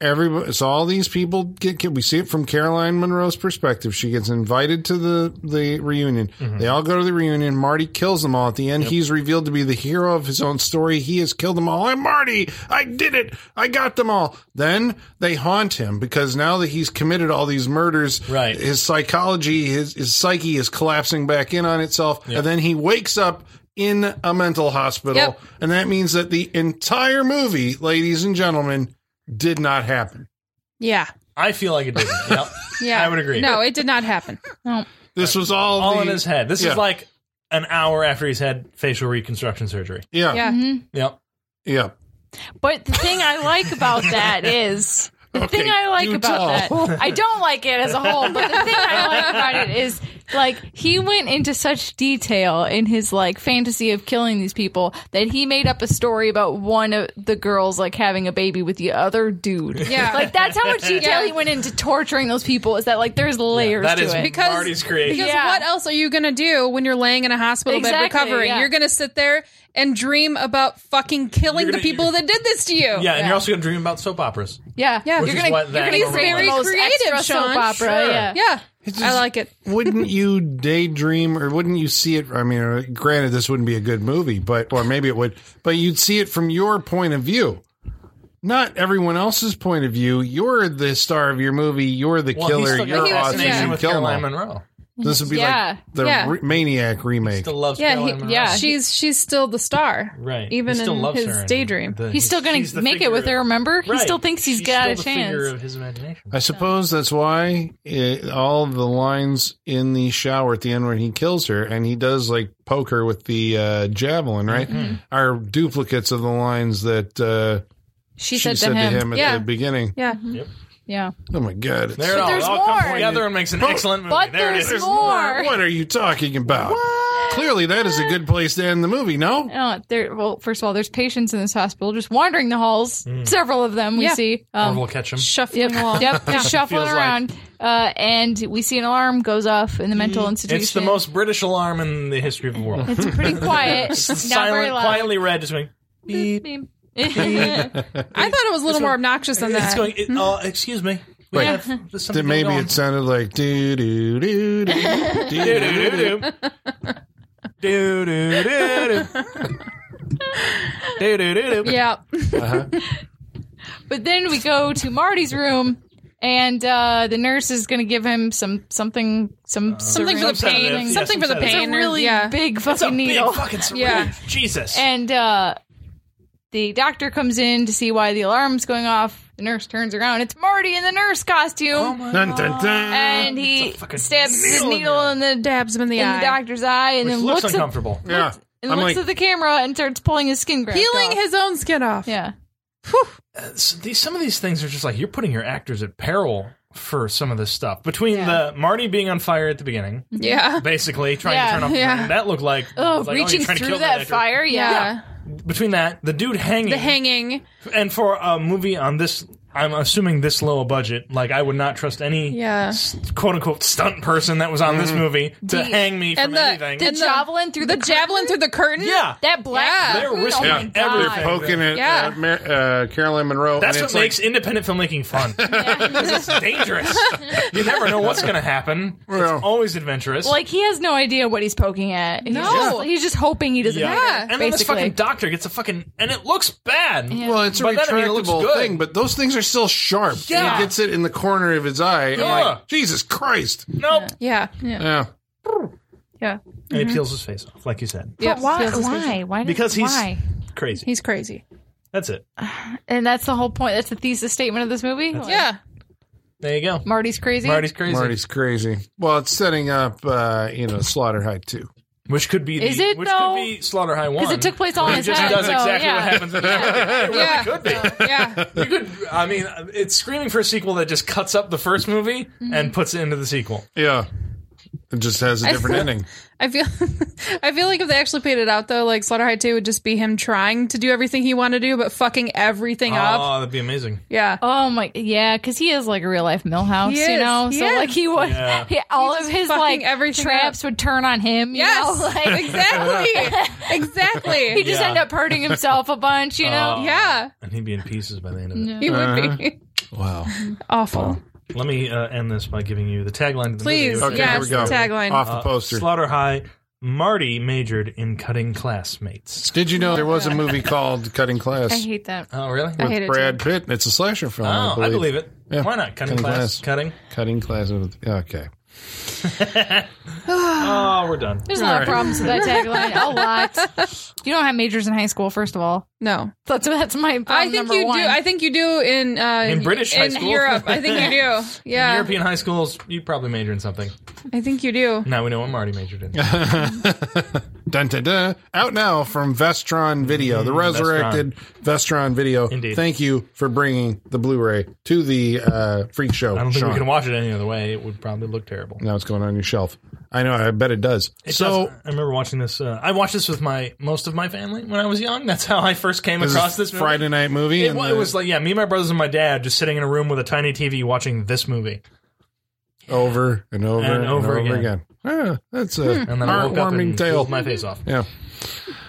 everybody, so all these people get, get- we see it from Caroline Monroe's perspective. She gets invited to the, the reunion. They all go to the reunion. Marty kills them all. At the end, he's revealed to be the hero of his own story. He has killed them all. I'm Marty. I did it. I got them all. Then they haunt him because now that he's committed all these murders,
Right.
his psychology, his, his psyche is collapsing back in on itself. And then he wakes up in a mental hospital.
Yep.
And that means that the entire movie, ladies and gentlemen, did not happen.
Yeah.
I feel like it didn't. Yep.
Yeah.
I would agree.
No, it did not happen.
This was all,
All
the-
in his head. This
yeah.
is like an hour after he's had facial reconstruction surgery.
Yeah. Yeah.
Yeah.
Yep.
But the thing I like about that is the
Okay,
thing I like
you
about
tell.
that. I don't like it as a whole, but the thing I like about it is like he went into such detail in his like fantasy of killing these people that he made up a story about one of the girls like having a baby with the other dude.
Yeah.
Like that's how much detail
Yeah.
he went into torturing those people is that like there's layers
That
to
is
it.
Because-
Marty's creation.
Because
Yeah.
what else are you going to do when you're laying in a hospital
Exactly,
bed recovering?
yeah.
You're going to sit there and dream about fucking killing
You're
the
gonna-
people that did this to you.
yeah, and
yeah.
you're also going to dream about soap operas.
yeah.
Yeah.
You're
Which is
gonna,
what
you're
that
gonna
is
get
very
the most
creative,
extra
Sean.
soap opera.
Sure.
Yeah.
Yeah.
It's
I
just-
like it.
Wouldn't you daydream or wouldn't you see it? I mean, uh, granted, this wouldn't be a good movie, but, or maybe it would, but you'd see it from your point of view. Not everyone else's point of view. You're the star of your movie. You're the
Well, he's
killer.
still got
You're
he was-
awesome.
fascination
yeah.
You
with
kill 'em all.
Caroline Monroe.
This would be
Yeah.
like the
Yeah.
re- Maniac remake.
Still loves
Yeah,
Caroline
he-
Monroe.
yeah.
She's she's still the star.
right. He
Even
still
in
loves
his
her and
daydream.
the-
He's still going
she's
to
the
make it
figure
with her,
of-
remember? He
Right.
still thinks he's
She's
got a
still the figure
chance.
of his imagination.
I suppose that's why it, all the lines in the shower at the end when he kills her and he does like poke her with the uh, javelin, right? Are duplicates of the lines that uh,
She,
she
said, to him.
at
Yeah.
the beginning.
Yeah.
Yeah.
Oh my god! it's-
There it all,
there's
it all comes
more.
together and makes an excellent movie.
But
there
there's
it is.
more.
What are you talking about? Clearly, that is a good place to end the movie. No,
Oh, there. Well, first of all, there's patients in this hospital just wandering the halls.
Mm.
Several of them we
Yeah.
see.
Marvel
Um,
will catch him.
Shuffling
yep,
along.
yep, just shuffling
Feels like-
around. Uh, and we see an alarm goes off in the mental institution.
Mm. It's the most British alarm in the history of the world.
It's pretty quiet. not very
Silent,
loud.
quietly read, just going. Beep.
I thought it was a little more obnoxious than
It's
that.
going.
Mm-hmm.
It, uh, excuse me.
Wait.
Yeah, there's something
That maybe
going on.
it sounded like do do do do do do do.
do do do do do do do do.
yeah.
But then we go to Marty's room, and uh, the nurse is going to give him some something, some
Something for
syringe
the pain.
thing.
sedative. Yeah,
Something
some
for the
sedative.
pain.
It's a
or-
really
yeah.
big
That's a
fucking needle.
big fucking syringe.
Yeah.
Jesus.
And uh, the doctor comes in to see why the alarm's going off. The nurse turns around. It's Marty in the nurse costume.
Dun, dun, dun.
and he
Oh It's a fucking
stabs his
needle in
needle
there.
in the,
Dabs him in the
in
eye.
the doctor's eye and
Which
then
looks
looks, at,
uncomfortable.
yeah,
and
I'm
looks
like
at the camera and starts pulling his skin graft
Peeling
off.
his own skin off.
Yeah.
S- these, some of these things are just like you're putting your actors at peril for some of this stuff. Between the Marty being on fire at the beginning,
Yeah.
basically trying
Yeah,
to turn off, the
yeah.
flame, that looked like,
Oh,
like, you're
reaching
trying to
through
kill
that,
actor.
fire. Yeah.
Yeah.
Between that, the dude hanging,
The hanging.
and for a movie on this I'm assuming this low a budget. Like I would not trust any
Yeah.
s- quote unquote stunt person that was on this movie to
Mm-hmm. The-
hang me from
and the-
anything.
The
and the-
javelin through the,
the javelin
curtain?
through the curtain.
yeah.
That black.
Yeah.
curtain?
They're risking
oh my
everything.
God.
poking at
Yeah.
uh, Mar- uh, Caroline Monroe.
That's
and
what
it's
makes independent filmmaking fun. 'Cause it's dangerous. You never know what's going to happen.
Yeah.
It's always adventurous.
Like he has no idea what he's poking at. He's
No.
just, he's just hoping he doesn't.
yeah.
hit
and
it,
then this
basically.
fucking doctor gets a fucking and it looks bad.
Like, well, it's a
By that I mean it looks
retractable
good.
thing, but those things are still sharp. And
Yeah.
he gets it in the corner of his eye. I'm
Yeah.
like, Jesus Christ.
Nope.
Yeah. Yeah.
Yeah.
yeah.
And he peels his face off, like you said.
Yep.
But why?
Feels his face.
Why? Why? did-
Because he's-
why?
Crazy.
He's crazy.
That's it.
And that's the whole point. That's the thesis statement of this movie. Like,
Yeah.
There you go.
Marty's crazy.
Marty's crazy.
Marty's crazy. Well, it's setting up, uh, you know, Slaughter High too.
Which could be the,
Is it,
which
though?
could be Slaughter High One.
Because it took place all in
It
his
just
head.
does
so,
exactly
yeah.
what happens. In the it really
Yeah.
could be.
Yeah.
You could. I mean, it's screaming for a sequel that just cuts up the first movie
Mm-hmm.
and puts it into the sequel.
Yeah. It just has a different ending.
I feel I feel like if they actually paid it out though, like Slaughter High 2 would just be him trying to do everything he wanted to do, but fucking everything up.
Oh, that'd be amazing.
Yeah.
Oh my, yeah, because he is like a real life Millhouse,
He
you
is,
know.
he
so
is.
like he would,
Yeah.
he, all
He
of
just
his
fucking
like
everything
traps would turn on him. You
yes.
know? like
exactly. exactly.
he just
Yeah.
end up hurting himself a bunch, you know.
Oh.
yeah.
And he'd be in pieces by the end of it.
He would be
Uh-huh.
Wow.
awful.
Let me uh, end this by giving you the tagline. Of the
Please,
Okay,
movie, which
yes,
here we go.
the tagline.
Off
Uh,
the poster.
Slaughter High. Marty majored in cutting classmates.
Did you know there was a movie called Cutting Class
I hate that.
Oh, really?
I
oh,
hate
with
it.
Brad Pitt? and It's a slasher film. I
I
believe.
believe it.
Yeah.
Why not? Cutting,
Cutting
class.
class.
Cutting.
Cutting Class. With, okay.
Oh, we're done.
There's a lot of problems with that tagline. A lot. You don't have majors in high school, first of all.
No.
That's that's my. Problem
I think
number
you
one.
do. I think you do in uh,
In British
in
high school.
Europe. I think you do. Yeah,
European high schools, you probably major in something.
I think you do.
Now we know what Marty majored in.
Dun, dun, dun. Out now from Vestron Video, the resurrected Vestron, Video.
Mm-hmm. Indeed.
Thank you for bringing the Blu-ray to the uh, freak show.
I don't think
Sean.
we can watch it any other way. It would probably look terrible.
now it's going on your shelf. I know. I bet it does.
It
so.
does- I remember watching this. Uh, I watched this with my most of my family when I was young. That's how I first came
This is
across this movie.
Friday night movie.
It,
and
wa-
the-
it was like yeah, me, my brothers, and my dad just sitting in a room with a tiny TV watching this movie.
over and over and, over, again. Ah, that's a
Hmm. And then I woke up
heartwarming
and
tale.
pulled my face off.
Yeah.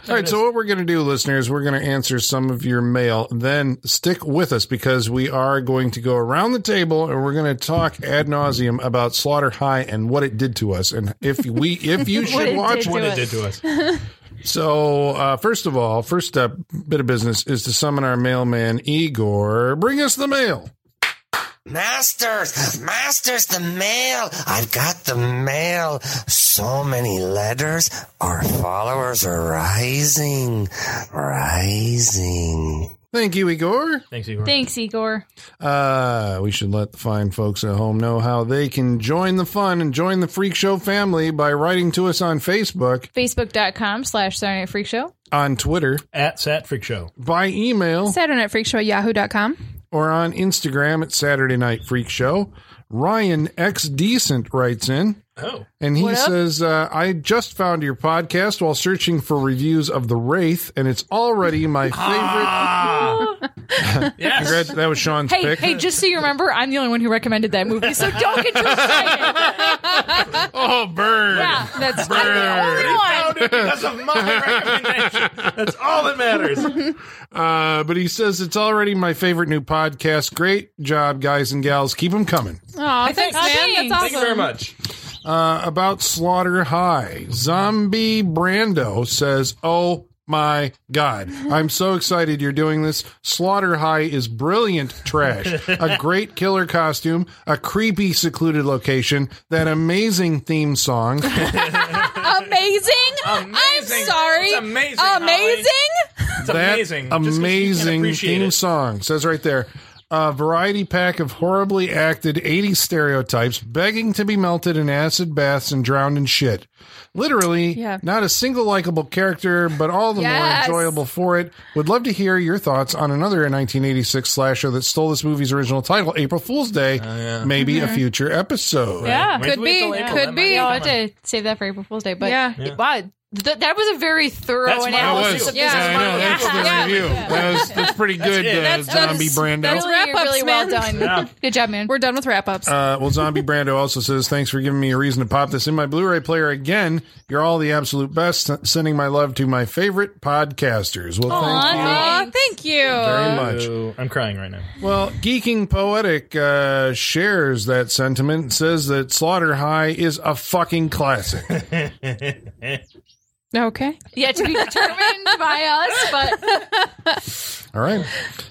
All right. So what we're going to do, listeners, we're going to answer some of your mail. Then stick with us because we are going to go around the table and we're going to talk ad nauseum about Slaughter High and what it did to us, and if we, if you
What
should
it
watch
did
one.
What
to
it did to us.
So uh, first of all, first step bit of business is to summon our mailman Igor. Bring us the mail.
Masters, Masters, the mail. I've got the mail. So many letters. Our followers are rising, rising.
Thank you, Igor.
Thanks, Igor.
Thanks, Igor.
Uh, we should let the fine folks at home know how they can join the fun and join the Freak Show family by writing to us on Facebook,
Facebook.com slash Saturday Night Freak Show.
on Twitter,
At Sat Freak Show.
by email,
Saturday Night Freak Show at yahoo.com.
or on Instagram at Saturday Night Freak Show. Ryan X Decent writes in.
Oh,
And he says, uh, I just found your podcast while searching for reviews of The Wraith, and it's already my favorite.
Ah! yes.
Congrats- that was Sean's
Hey,
pick.
hey, just so you remember, I'm the only one who recommended that movie, so don't get too excited.
Oh, burn.
Yeah.
That's
I'm the only one.
Found it because of my recommendation. That's all that matters.
Uh, but he says, it's already my favorite new podcast. Great job, guys and gals. Keep them coming.
Aw, thanks, man.
Thanks.
That's awesome.
Thank you very much.
Uh, about Slaughter High, Zombie Brando says, Oh my God. I'm so excited you're doing this. Slaughter High is brilliant trash. A great killer costume, a creepy, secluded location, that amazing theme song.
Amazing?
Um,
I'm
Amazing.
sorry.
It's amazing,
Amazing?
It's
that
amazing. Just 'cause you can't
Amazing
appreciate
theme
it.
song. Says right there. A variety pack of horribly acted 80s stereotypes begging to be melted in acid baths and drowned in shit. Literally,
Yeah.
not a single likable character, but all the
Yes.
more enjoyable for it. Would love to hear your thoughts on another 1986 slasher that stole this movie's original title, April Fool's Day.
Oh,
Maybe
Mm-hmm.
a future episode.
Yeah.
Wait till
Could be.
April,
Could
that
be.
might
Yeah,
come
I did save that for April Fool's Day, but
Yeah.
wow, Th- that was a very thorough
That's my
analysis
review.
of
Yeah,
this
I
I know
one.
that's the
Yeah.
review. That was, that's pretty good,
it.
uh,
That's-
zombie
that's-
Brando.
that's-
Really,
Wrap-ups,
really well
man.
done. Good job, man.
We're done with wrap ups.
Uh-huh.
Uh, well, Zombie Brando also says, Thanks for giving me a reason to pop this in my Blu ray player again. You're all the absolute best. Sending my love to my favorite podcasters. Well, thank you
Aw, thank you.
very much.
Ooh, I'm crying right now.
Well, Geeking Poetic uh, shares that sentiment and says that Slaughter High is a fucking classic.
Okay.
Yet to be determined by us, but
All right.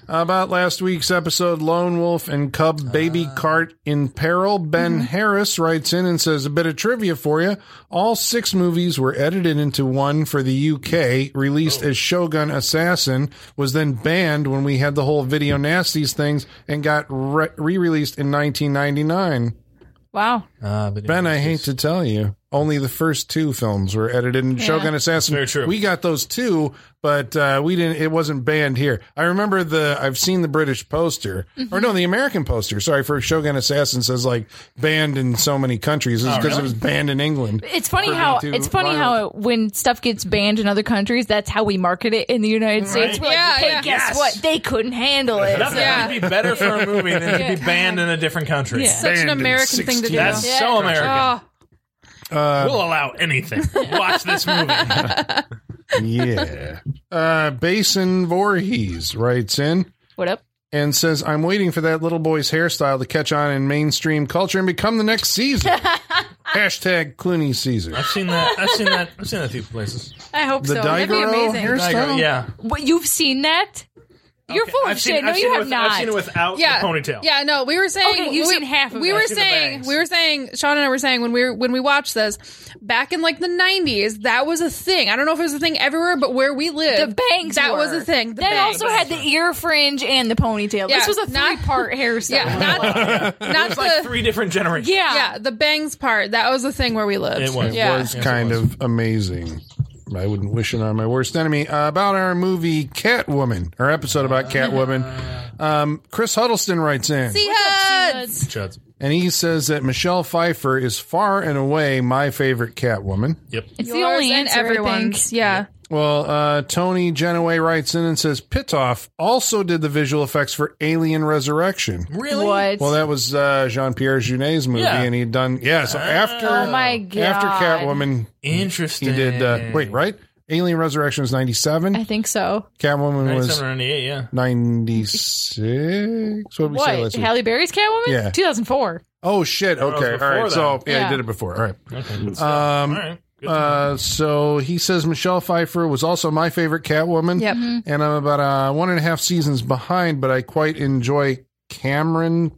How about last week's episode, Lone Wolf and Cub Baby Cart in Peril? Ben Harris writes in and says, A bit of trivia for you. All six movies were edited into one for the UK, released as Shogun Assassin, was then banned when we had the whole Video Nasties things and got re released in 1999.
wow.
Uh, but
Ben, I hate to tell you, only the first two films were edited in Shogun Assassin.
Very true.
We got those two, but uh, we didn't. It wasn't banned here. I remember the. I've seen the British poster, or no, the American poster. Sorry, for Shogun Assassin says like banned in so many countries
Oh,
because it was banned in England.
It's funny
For
how
me to
it's funny
violate.
how it, when stuff gets banned in other countries, that's how we market it in the United States. We're like,
Yeah,
hey,
yeah.
guess what? They couldn't handle it.
Nothing
Yeah.
would be better for a movie than to be banned in a different country.
Yeah.
Such
Banned
an
in
American thing to do.
16.
That's so American.
Oh,
we'll allow anything. Watch this movie.
yeah. Uh, Basin Voorhees writes in.
What up?
and says, I'm waiting for that little boy's hairstyle to catch on in mainstream culture and become the next Caesar. Hashtag Clooney Caesar.
I've seen that. I've seen that. I've seen that a few places.
I hope
The
so. That'd be
Daigoro
amazing.
hairstyle?
I go, yeah,
What, you've seen that? You're full of
I've
shit.
seen-
no,
I've
you
seen it
have
with-
not.
I've seen it without
yeah,
the ponytail.
Yeah, no, we were saying
Okay, you've
we,
seen half of
we
it.
were
I've
seen the
saying
bangs.
we were saying Sean and I were saying when we were when we watched this back in like the nineties that was a thing. I don't know if it was a thing everywhere, but where we lived,
the bangs.
that
were.
was a thing. The
they
bangs.
also had the ear fringe and the ponytail.
Yeah,
this was a
not-
three-part hairstyle.
yeah, not, not the
like three different generations.
yeah.
yeah the bangs part. That was the thing where we lived.
It was.
yeah.
was kind of amazing. I wouldn't wish it on my worst enemy. Uh, about our movie Catwoman, our episode about Catwoman,
Uh.
um, Chris Huddleston writes in.
See Huds.
Chuds.
and he says that Michelle Pfeiffer is far and away my favorite Catwoman.
Yep.
It's the
Yours
only
and
answer, everyone.
everyone's. Yeah.
Well, uh, Tony Genoway writes in and says Pitoff also did the visual effects for Alien Resurrection.
Really?
What?
Well, that was uh, Jean Pierre Junet's movie,
Yeah. Ah.
and he'd done yeah. So after
Oh my God.
after Catwoman,
Interesting.
he did uh, wait right. Alien Resurrection was ninety seven.
I think so.
Catwoman was
97 or 98, yeah.
ninety six. What did we say
What?
last week?
Halle Berry's Catwoman?
Yeah.
2004.
Oh shit!
it was
Okay, all right.
before
So
that.
yeah,
Yeah.
he did it before. All right.
Okay.
Um,
All right. Good.
Uh, so he says Michelle Pfeiffer was also my favorite Catwoman.
Yep.
Mm-hmm.
And I'm about uh, one and a half seasons behind, but I quite enjoy Cameron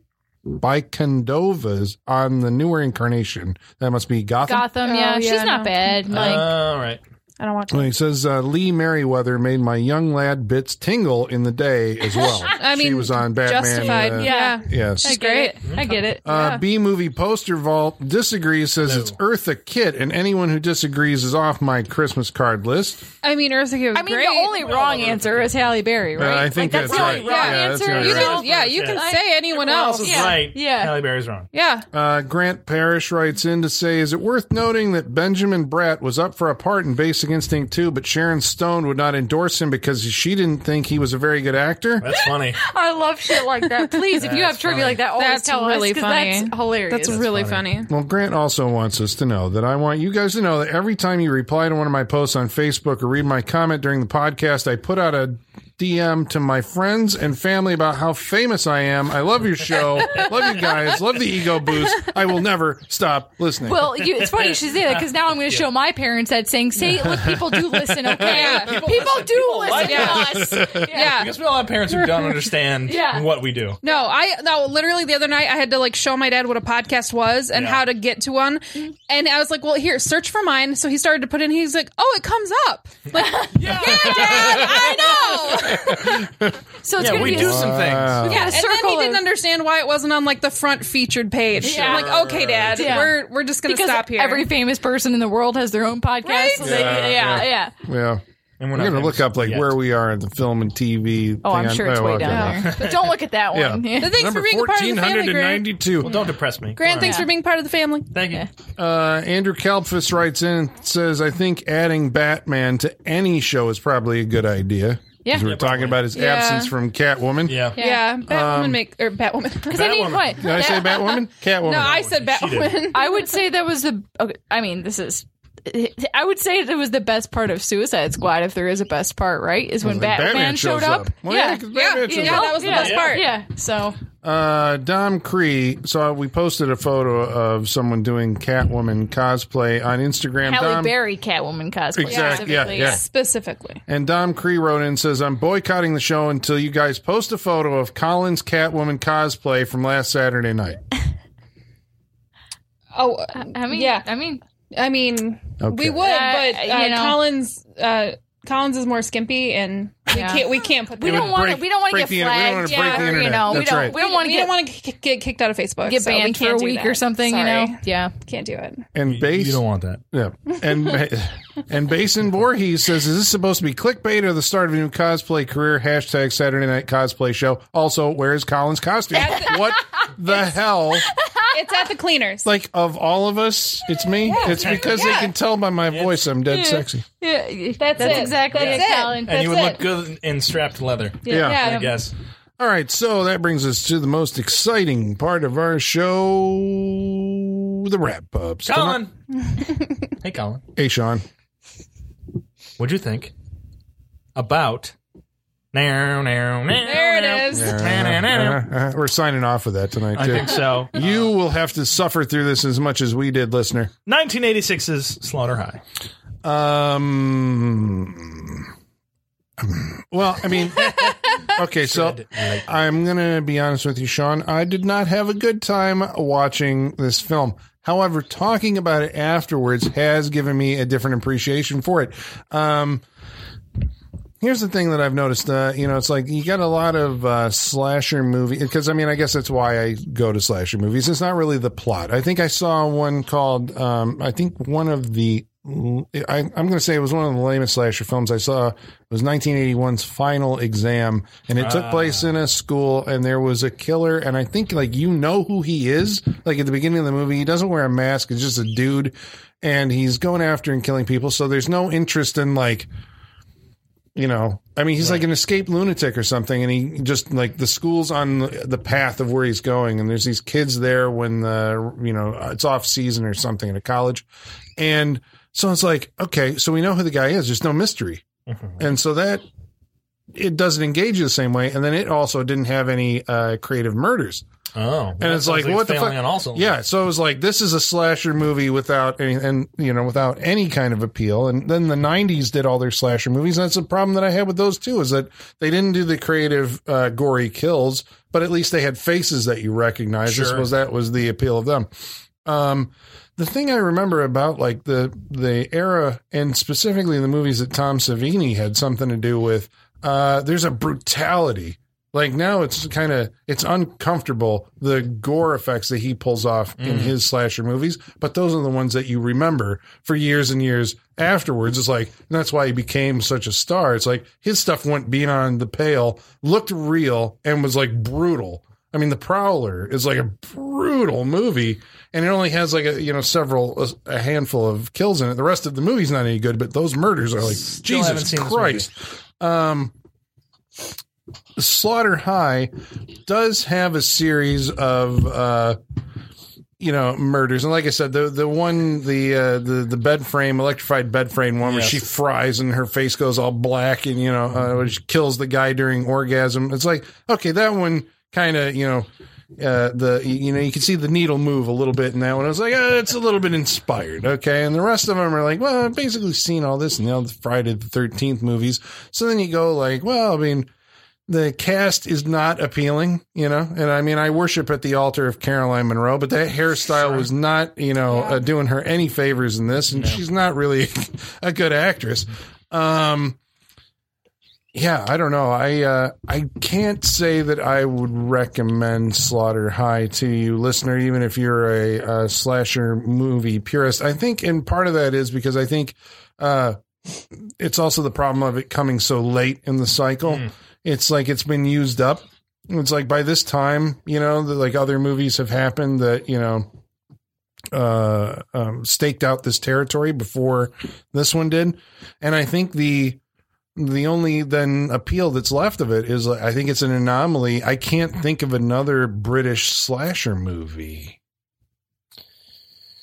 Bikondova's on the newer incarnation. That must be Gotham.
Gotham, Oh, yeah.
yeah,
She's not
no.
Uh,
bad. Like,
all right.
I don't want to.
And he says uh, Lee Merriweather made my young lad bits tingle in the day as well.
I mean,
she was on Batman.
Justified.
uh,
yeah.
Yes.
I
She's
get
great.
it. I get it.
Uh, B movie poster vault disagrees. Says
No.
it's Eartha Kitt, and anyone who disagrees is off my Christmas card list.
I mean, Ursula K was
I mean,
great.
the only wrong answer is Halle Berry, right?
Uh, I think
like,
that's,
the
right.
only wrong
Yeah, that's
answer.
right.
you
you know?
can, yeah, you can
Yeah.
say anyone else.
is
Oh, Yeah.
right.
Yeah.
Halle Berry's wrong.
Yeah.
Uh, Grant Parrish writes in to say, "Is it worth noting that Benjamin Bratt was up for a part in Basic Instinct 2, but Sharon Stone would not endorse him because she didn't think he was a very good actor?"
That's funny.
I love shit like that. Please, if you have trivia like that, always
That's
tell
really
us 'cause
funny.
that's hilarious.
That's really funny.
Well, Grant also wants us to know that I want you guys to know that every time you reply to one of my posts on Facebook or read my comment during the podcast, I put out a DM to my friends and family about how famous I am. I love your show. love you guys. Love the ego boost. I will never stop listening.
Well, you, it's funny you should say that because now I'm going to show my parents that saying, "Say, look, people do listen, okay? people, do listen,
like
to us."
Yeah.
I guess we all have parents who don't understand
Yeah.
what we do.
No, I no. Literally the other night, I had to like show my dad what a podcast was and
Yeah.
how to get to one,
Mm-hmm.
and I was like, "Well, here, search for mine." So he started to put in. He's like, "Oh, it comes up." Like, yeah, dad, I
So it's
Yeah,
going to
we
be
do
a,
some things.
know. Yeah, and then he
circle
didn't
it.
understand why it wasn't on like the front featured page.
Yeah.
I'm like, "Okay, dad,
Yeah.
we're we're just gonna
because
stop here."
every famous person in the world has their own podcast.
Right?
so they- yeah, yeah.
yeah.
And we're
I'm
not
gonna
famous
look up like
yet.
where we are in the film and TV.
Oh,
thing
I'm
on-
sure it's way
okay.
down there. But don't look at that
Yeah.
one.
But thanks
Number
for being a part of the family, Grant.
1492.
Well, don't depress me.
Grant,
Come
thanks for being part of the family.
on. Thank you.
Uh, Andrew Kalpfus writes in and says, I think adding Batman to any show is probably a good idea.
Yeah.
'Cause We were
Yeah,
talking about his
Yeah.
absence from Catwoman.
Yeah.
Yeah, Batwoman make or Batwoman.
Because I mean,
Batwoman.
what?
Did I say
That-
Batwoman? Catwoman.
no, I said Batwoman.
I would say that was the. Okay, I mean, this is. I would say it was the best part of Suicide Squad, if there is a best part, right? Is when
Like, Batman
Batman,
shows
showed up.
up. Well, yeah,
yeah.
'cause
Yeah,
Batman shows
yeah,
up.
that was the best
yeah.
part.
Yeah. So
Uh, Dom Cree. So we posted a photo of someone doing Catwoman cosplay on Instagram.
Halle
Dom,
Berry Catwoman cosplay.
Exact- yeah,
specifically.
yeah.
Specifically,
And Dom Cree wrote in and says, I'm boycotting the show until you guys post a photo of Colin's Catwoman cosplay from last Saturday night.
oh,
I mean,
yeah.
I mean,
I mean,
Okay.
we would, but uh,
Uh, you know.
Collins, uh, Collins is more skimpy, and we
Yeah.
can't, we can't put.
we
that-
would
don't want to.
break-
We don't want to
break
get
the internet. We don't
flagged.
wanna break the
for, you
internet.
know, we
That's
don't.
right.
We don't want to
we don't
get
want to get kicked out of Facebook.
get
so we
banned
can't
for a
do
week
that.
or something. You
Sorry.
know, yeah.
Can't do it.
And based
You don't want that.
Yeah. And and Basin Voorhees says, Is this supposed to be clickbait or the start of a new cosplay career? Hashtag Saturday Night Cosplay Show. Also, where is Colin's costume? what the hell?
It's at the cleaners.
Like, of all of us, it's me. it's because they
Yeah.
can tell by my voice I'm dead sexy.
Yeah,
That's it.
exactly
That's
it,
it.
Colin.
And you would
That's
look good in strapped leather.
Yeah.
I guess.
All right. So that brings us to the most exciting part of our show the wrap up. So-
Colin. hey, Colin.
Hey, Sean.
What'd you think about? There,
There it is.
Uh, we're signing off with that tonight,
I
too.
think so.
You will have to suffer through this as much as we did, listener.
1986's Slaughter High.
Um. Well, I mean, okay, so I'm gonna be honest with you, Sean. I did not have a good time watching this film. However, talking about it afterwards has given me a different appreciation for it. Um, here's the thing that I've noticed. Uh, you know, it's like you got a lot of uh, slasher movie because I mean, I guess that's why I go to slasher movies. It's not really the plot. I think I saw one called. Um, I think one of the. I, I'm going to say it was one of the lamest slasher films I saw. It was 1981's Final Exam, and it took place in a school, and there was a killer, and I think like you know who he is. Like at the beginning of the movie, he doesn't wear a mask; it's just a dude, and he's going after and killing people. So there's no interest in like you know, I mean, he's like an escaped lunatic or something, and he just like the school's on the the path of where he's going, and there's these kids there when the you know uh, it's off season or something at a college, and so it's like okay, so we know who the guy is. There's no mystery, and so that it doesn't engage you the same way, and then it also didn't have any uh, creative murders.
Oh,
And it's like, what the fuck?
Also,
Yeah, so it was like this is a slasher movie without any, and you know, without any kind of appeal. And then the '90s did all their slasher movies. And that's the problem that I had with those too is that they didn't do the creative, uh, gory kills, but at least they had faces that you recognize. I
Sure.
suppose that was the appeal of them. Um, the thing I remember about like the the era and specifically the movies that Tom Savini had something to do with, uh, there's a brutality. Like now it's kind of it's uncomfortable the gore effects that he pulls off
Mm.
in his slasher movies, but those are the ones that you remember for years and years afterwards. It's like and that's why he became such a star. It's like his stuff went beyond the pale, looked real, and was like brutal. I mean, The Prowler is like a brutal movie, and it only has like a you know several a, a handful of kills in it. The rest of the movie's not any good, but those murders are like
haven't
Jesus
seen this
Christ. Um, Slaughter High does have a series of uh, you know murders, and like I said, the the one the uh, the the bed frame electrified bed frame one where
Yes.
she fries and her face goes all black, and you know uh, where she kills the guy during orgasm. It's like okay, that one kind of you know. Uh, the you know you can see the needle move a little bit in that one. I was like, oh, it's a little bit inspired, okay. And the rest of them are like, well, I've basically seen all this in the other Friday the Thirteenth movies. So then you go like, well, I mean, the cast is not appealing, you know. And I mean, I worship at the altar of Caroline Monroe, but that hairstyle was not, you know, uh, doing her any favors in this, and she's not really a good actress. Um, yeah, I don't know. I uh, I can't say that I would recommend Slaughter High to you, listener, even if you're a, uh slasher movie purist. I think, and part of that is because I think uh, it's also the problem of it coming so late in the cycle. It's like it's been used up. It's like by this time, you know, the, like other movies have happened that you know uh um, staked out this territory before this one did, and I think the the only then appeal that's left of it is like, I think it's an anomaly. I can't think of another British slasher movie.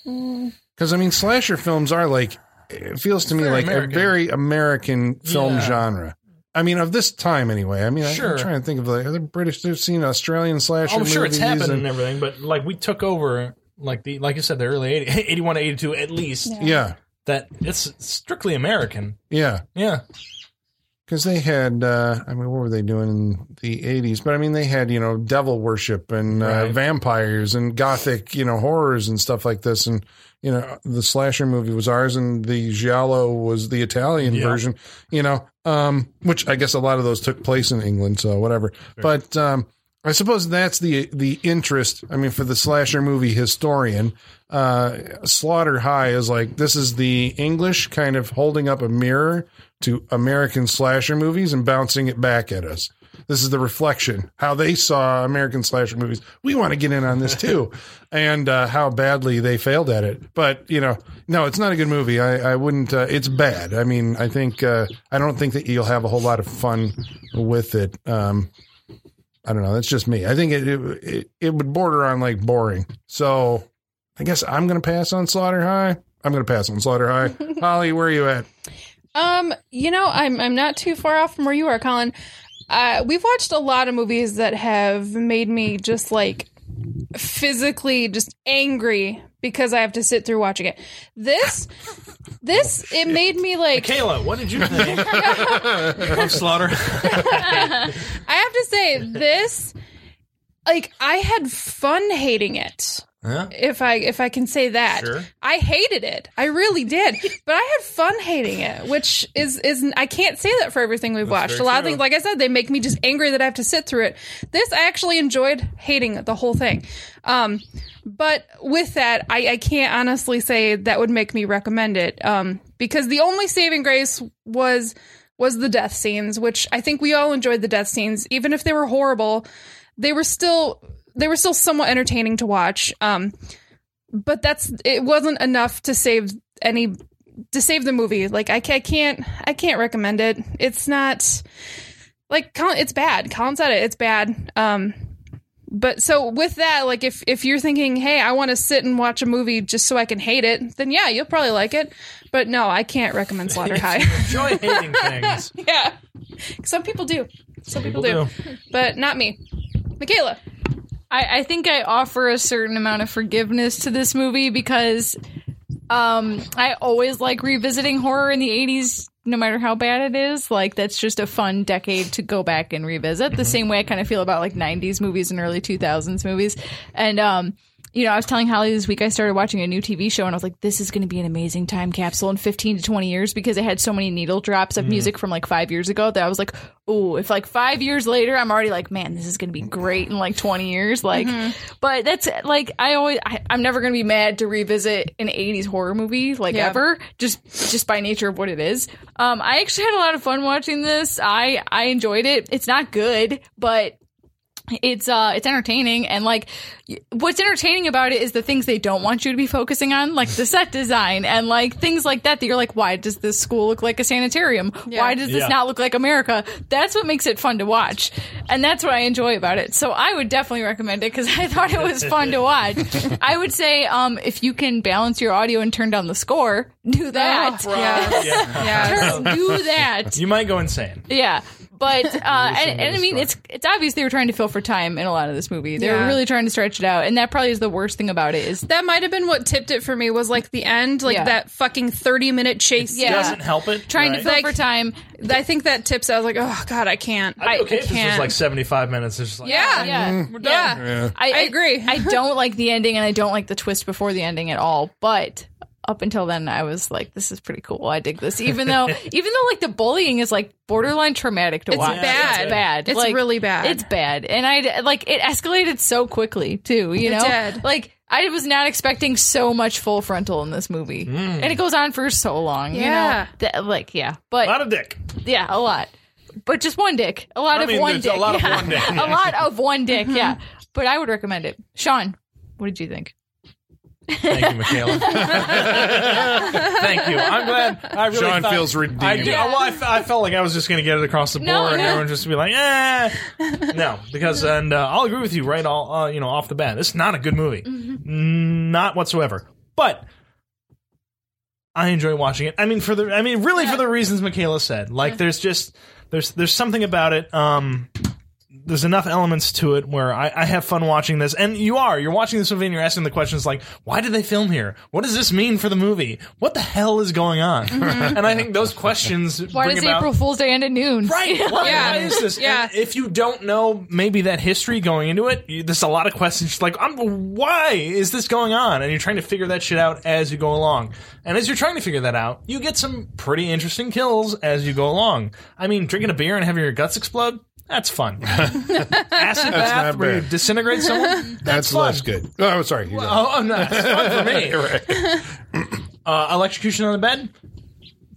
Because I mean, slasher films are like it feels to me
Very
like
American.
a very American film
Yeah.
genre. I mean, of this time anyway. I mean,
Sure.
I'm trying to think of like other British. They've seen Australian slasher.
Oh, I'm sure
movies
it's happened and
and-
everything, but like we took over, like the like you said, the early 80, 81 to 82 at least.
yeah,
That it's strictly American.
yeah.
Yeah,
because they had uh, i mean what were they doing in the 80s but i mean they had you know devil worship and uh,
Right.
vampires and gothic you know horrors and stuff like this and you know the slasher movie was ours and the giallo was the italian
Yeah.
version you know um, which i guess a lot of those took place in england so whatever but um, i suppose that's the the interest i mean for the slasher movie historian uh, Slaughter High is like this is the English kind of holding up a mirror to American slasher movies and bouncing it back at us. This is the reflection how they saw American slasher movies. We want to get in on this too, and uh, how badly they failed at it. But you know, no, it's not a good movie. I, I wouldn't. Uh, it's bad. I mean, I think uh, I don't think that you'll have a whole lot of fun with it. Um, I don't know. That's just me. I think it it, it, it would border on like boring. So I guess I'm going to pass on Slaughter High. I'm going to pass on Slaughter High. Holly, where are you at?
Um, you know, I'm I'm not too far off from where you are, Colin. Uh, we've watched a lot of movies that have made me just like physically just angry because I have to sit through watching it. This, this, it made me like
Kayla, what did you think of Slaughter?
I have to say this, like I had fun hating it.
Yeah.
if I if I can say that.
Uh-huh. Sure.
I hated it. I really did. but I had fun hating it, which is is I can't say that for everything we've watched.
very
A lot of
true.
things, like I said, they make me just angry that I have to sit through it. This I actually enjoyed hating the whole thing. Um, but with that, I, I can't honestly say that would make me recommend it. Um, because the only saving grace was was the death scenes, which I think we all enjoyed the death scenes, even if they were horrible. They were still they were still somewhat entertaining to watch. Um, but that's it wasn't enough to save any to save the movie. Like I, ca- I can't I can't recommend it. It's not like Colin, it's bad. Colin said it. It's bad. Um, but so with that, like if if you're thinking, hey, I want to sit and watch a movie just so I can hate it, then yeah, you'll probably like it. But no, I can't recommend Slaughter High.
Enjoy hating things.
yeah, some people do. Some people,
people
do. but not me. Michaela.
I, I think I offer a certain amount of forgiveness to this movie because um, I always like revisiting horror in the 80s, no matter how bad it is. Like, that's just a fun decade to go back and revisit. The same way I kind of feel about like 90s movies and early 2000s movies. And, um, you know, I was telling Holly this week I started watching a new TV show and I was like, this is going to be an amazing time capsule in 15 to 20 years because it had so many needle drops of music from like five years ago that I was like, oh, if like five years later, I'm already like, man, this is going to be great in like 20 years. Like, but that's like, I always, I, I'm never going to be mad to revisit an 80s horror movie like
Yeah.
ever, just, just by nature of what it is. Um, I actually had a lot of fun watching this. I, I enjoyed it. It's not good, but it's uh it's entertaining and like y- what's entertaining about it is the things they don't want you to be focusing on like the set design and like things like that that you're like why does this school look like a sanitarium why does this
Yeah.
not look like america that's what makes it fun to watch and that's what i enjoy about it so i would definitely recommend it because i thought it was fun to watch i would say um if you can balance your audio and turn down the score do that
Yeah.
Yeah.
yeah.
Turn- do that
You might go insane.
yeah, but uh, and, and I mean, it's it's obvious they were trying to fill for time in a lot of this movie. They were
Yeah.
really trying to stretch it out, and that probably is the worst thing about it. Is
That might have been what tipped it for me was like the end, like
Yeah.
that fucking 30 minute chase.
Yeah.
Doesn't help it.
trying to
right?
fill
Like-
for time.
I think that tips. I was like, oh God, I can't. I,
I'd be okay,
I
if this was
can't.
like 75 minutes. It's just like,
yeah. Yeah.
Yeah,
Yeah.
I,
I agree.
I don't like the ending, and I don't like the twist before the ending at all. But up until then, I was like, "This is pretty cool. I dig this." Even though, even though, like the bullying is like borderline traumatic to
It's
watch.
bad.
It's bad.
It's
Like,
really bad.
It's bad, and I like it escalated so quickly too. You know,
did.
like. I was not expecting so much full frontal in this movie,
Hmm.
and it goes on for so long.
Yeah.
You know, That- like yeah,
A lot
but
of dick.
yeah, a lot, but just one dick, a lot
I
of
mean,
one
there's
dick,
a lot of
Yeah.
one dick.
a lot of one dick. Yeah, but I would recommend it. Sean, what did you think?
Thank you, Michaela. Thank you. I'm glad. I really
Sean
thought-
feels redeemed.
I, did, well, I, fe- I felt like I was just going to get it across the board,
No,
and
no.
everyone just be like, "Eh, no," because and uh, I'll agree with you right all uh, you know off the bat. It's not a good movie,
Mm-hmm.
not whatsoever. But I enjoy watching it. I mean, for the I mean, really for the reasons Michaela said. Like, there's just there's there's something about it. Um, there's enough elements to it where I, I have fun watching this. And you are. You're watching this movie and you're asking the questions like, why did they film here? What does this mean for the movie? What the hell is going on? and I think those questions
Mm-hmm. Why
bring
does
about.
April Fool's Day end at noon?
Right. Why,
Yeah.
why is this?
Yeah.
And if you don't know maybe that history going into it, you, there's a lot of questions. Just like, I'm, why is this going on? And you're trying to figure that shit out as you go along. And as you're trying to figure that out, you get some pretty interesting kills as you go along. I mean, drinking a beer and having your guts explode. That's fun. Acid bath
not
where you
bad.
disintegrate someone.
That's,
fun.
less good. Oh, sorry. you go.
Oh, oh, no, that's fun for me. uh, electrocution on the bed,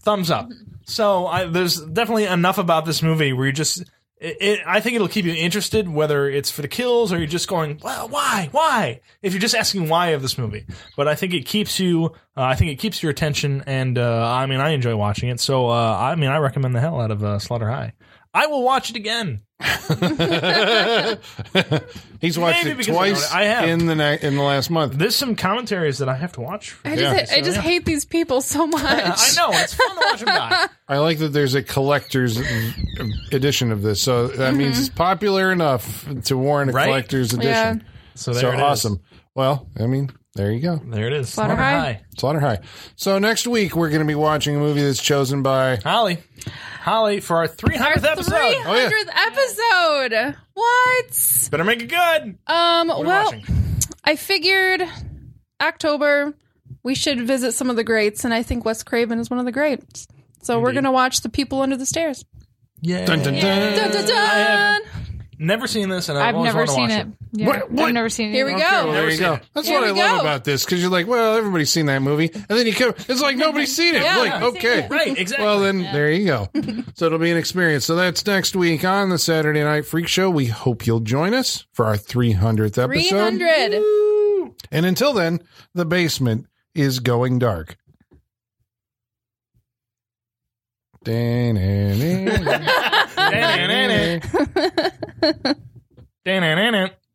thumbs up. So I, there's definitely enough about this movie where you just. It, it, I think it'll keep you interested, whether it's for the kills or you're just going, well, why, why? If you're just asking why of this movie, but I think it keeps you, uh, I think it keeps your attention, and uh, I mean, I enjoy watching it. So, uh, I mean, I recommend the hell out of uh, Slaughter High. I will watch it again.
He's watched
Maybe
it
because I own
twice
it. I have.
in the na- in the last month.
There's some commentaries that I have to watch. For
I
Yeah.
just, I just hate these people so much.
I know it's fun to watch them die.
I like that there's a collector's edition of this, so that means it's popular enough to warrant a
Mm-hmm. Right?
collector's edition.
So there
so
it is.
awesome. Well, I mean, there you go.
There it is.
Slaughter High.
Slaughter High. So next week we're going to be watching a movie that's chosen by
Holly. Holly for our 300th episode.
300th
Oh,
episode. What?
Better make it good.
Um,
We're
well,
watching.
I figured October we should visit some of the greats, and I think Wes Craven is one of the greats. So we're gonna watch The People Under the Stairs.
Yeah.
Dun, dun, dun.
Dun, dun,
I
dun.
have never seen this, and I've,
I've
always
never
wanted
seen
to watch
it.
it.
Yeah.
What- what?
I've never seen it.
Here we
either.
go.
There you
seen
go.
it.
That's
Oh, There
what I
we
love
go.
about this because you're like, well, everybody's seen that movie, and then you come. It's like nobody's seen it.
Yeah,
like,
nobody's seen
okay,
it.
Right, exactly.
Well, then there you go. so it'll be an experience. So that's next week on the Saturday Night Freak Show. We hope you'll join us for our 300th episode.
300.
And until then, the basement is going dark.
Dan-dan-dan-dan. Dan-dan-dan-dan.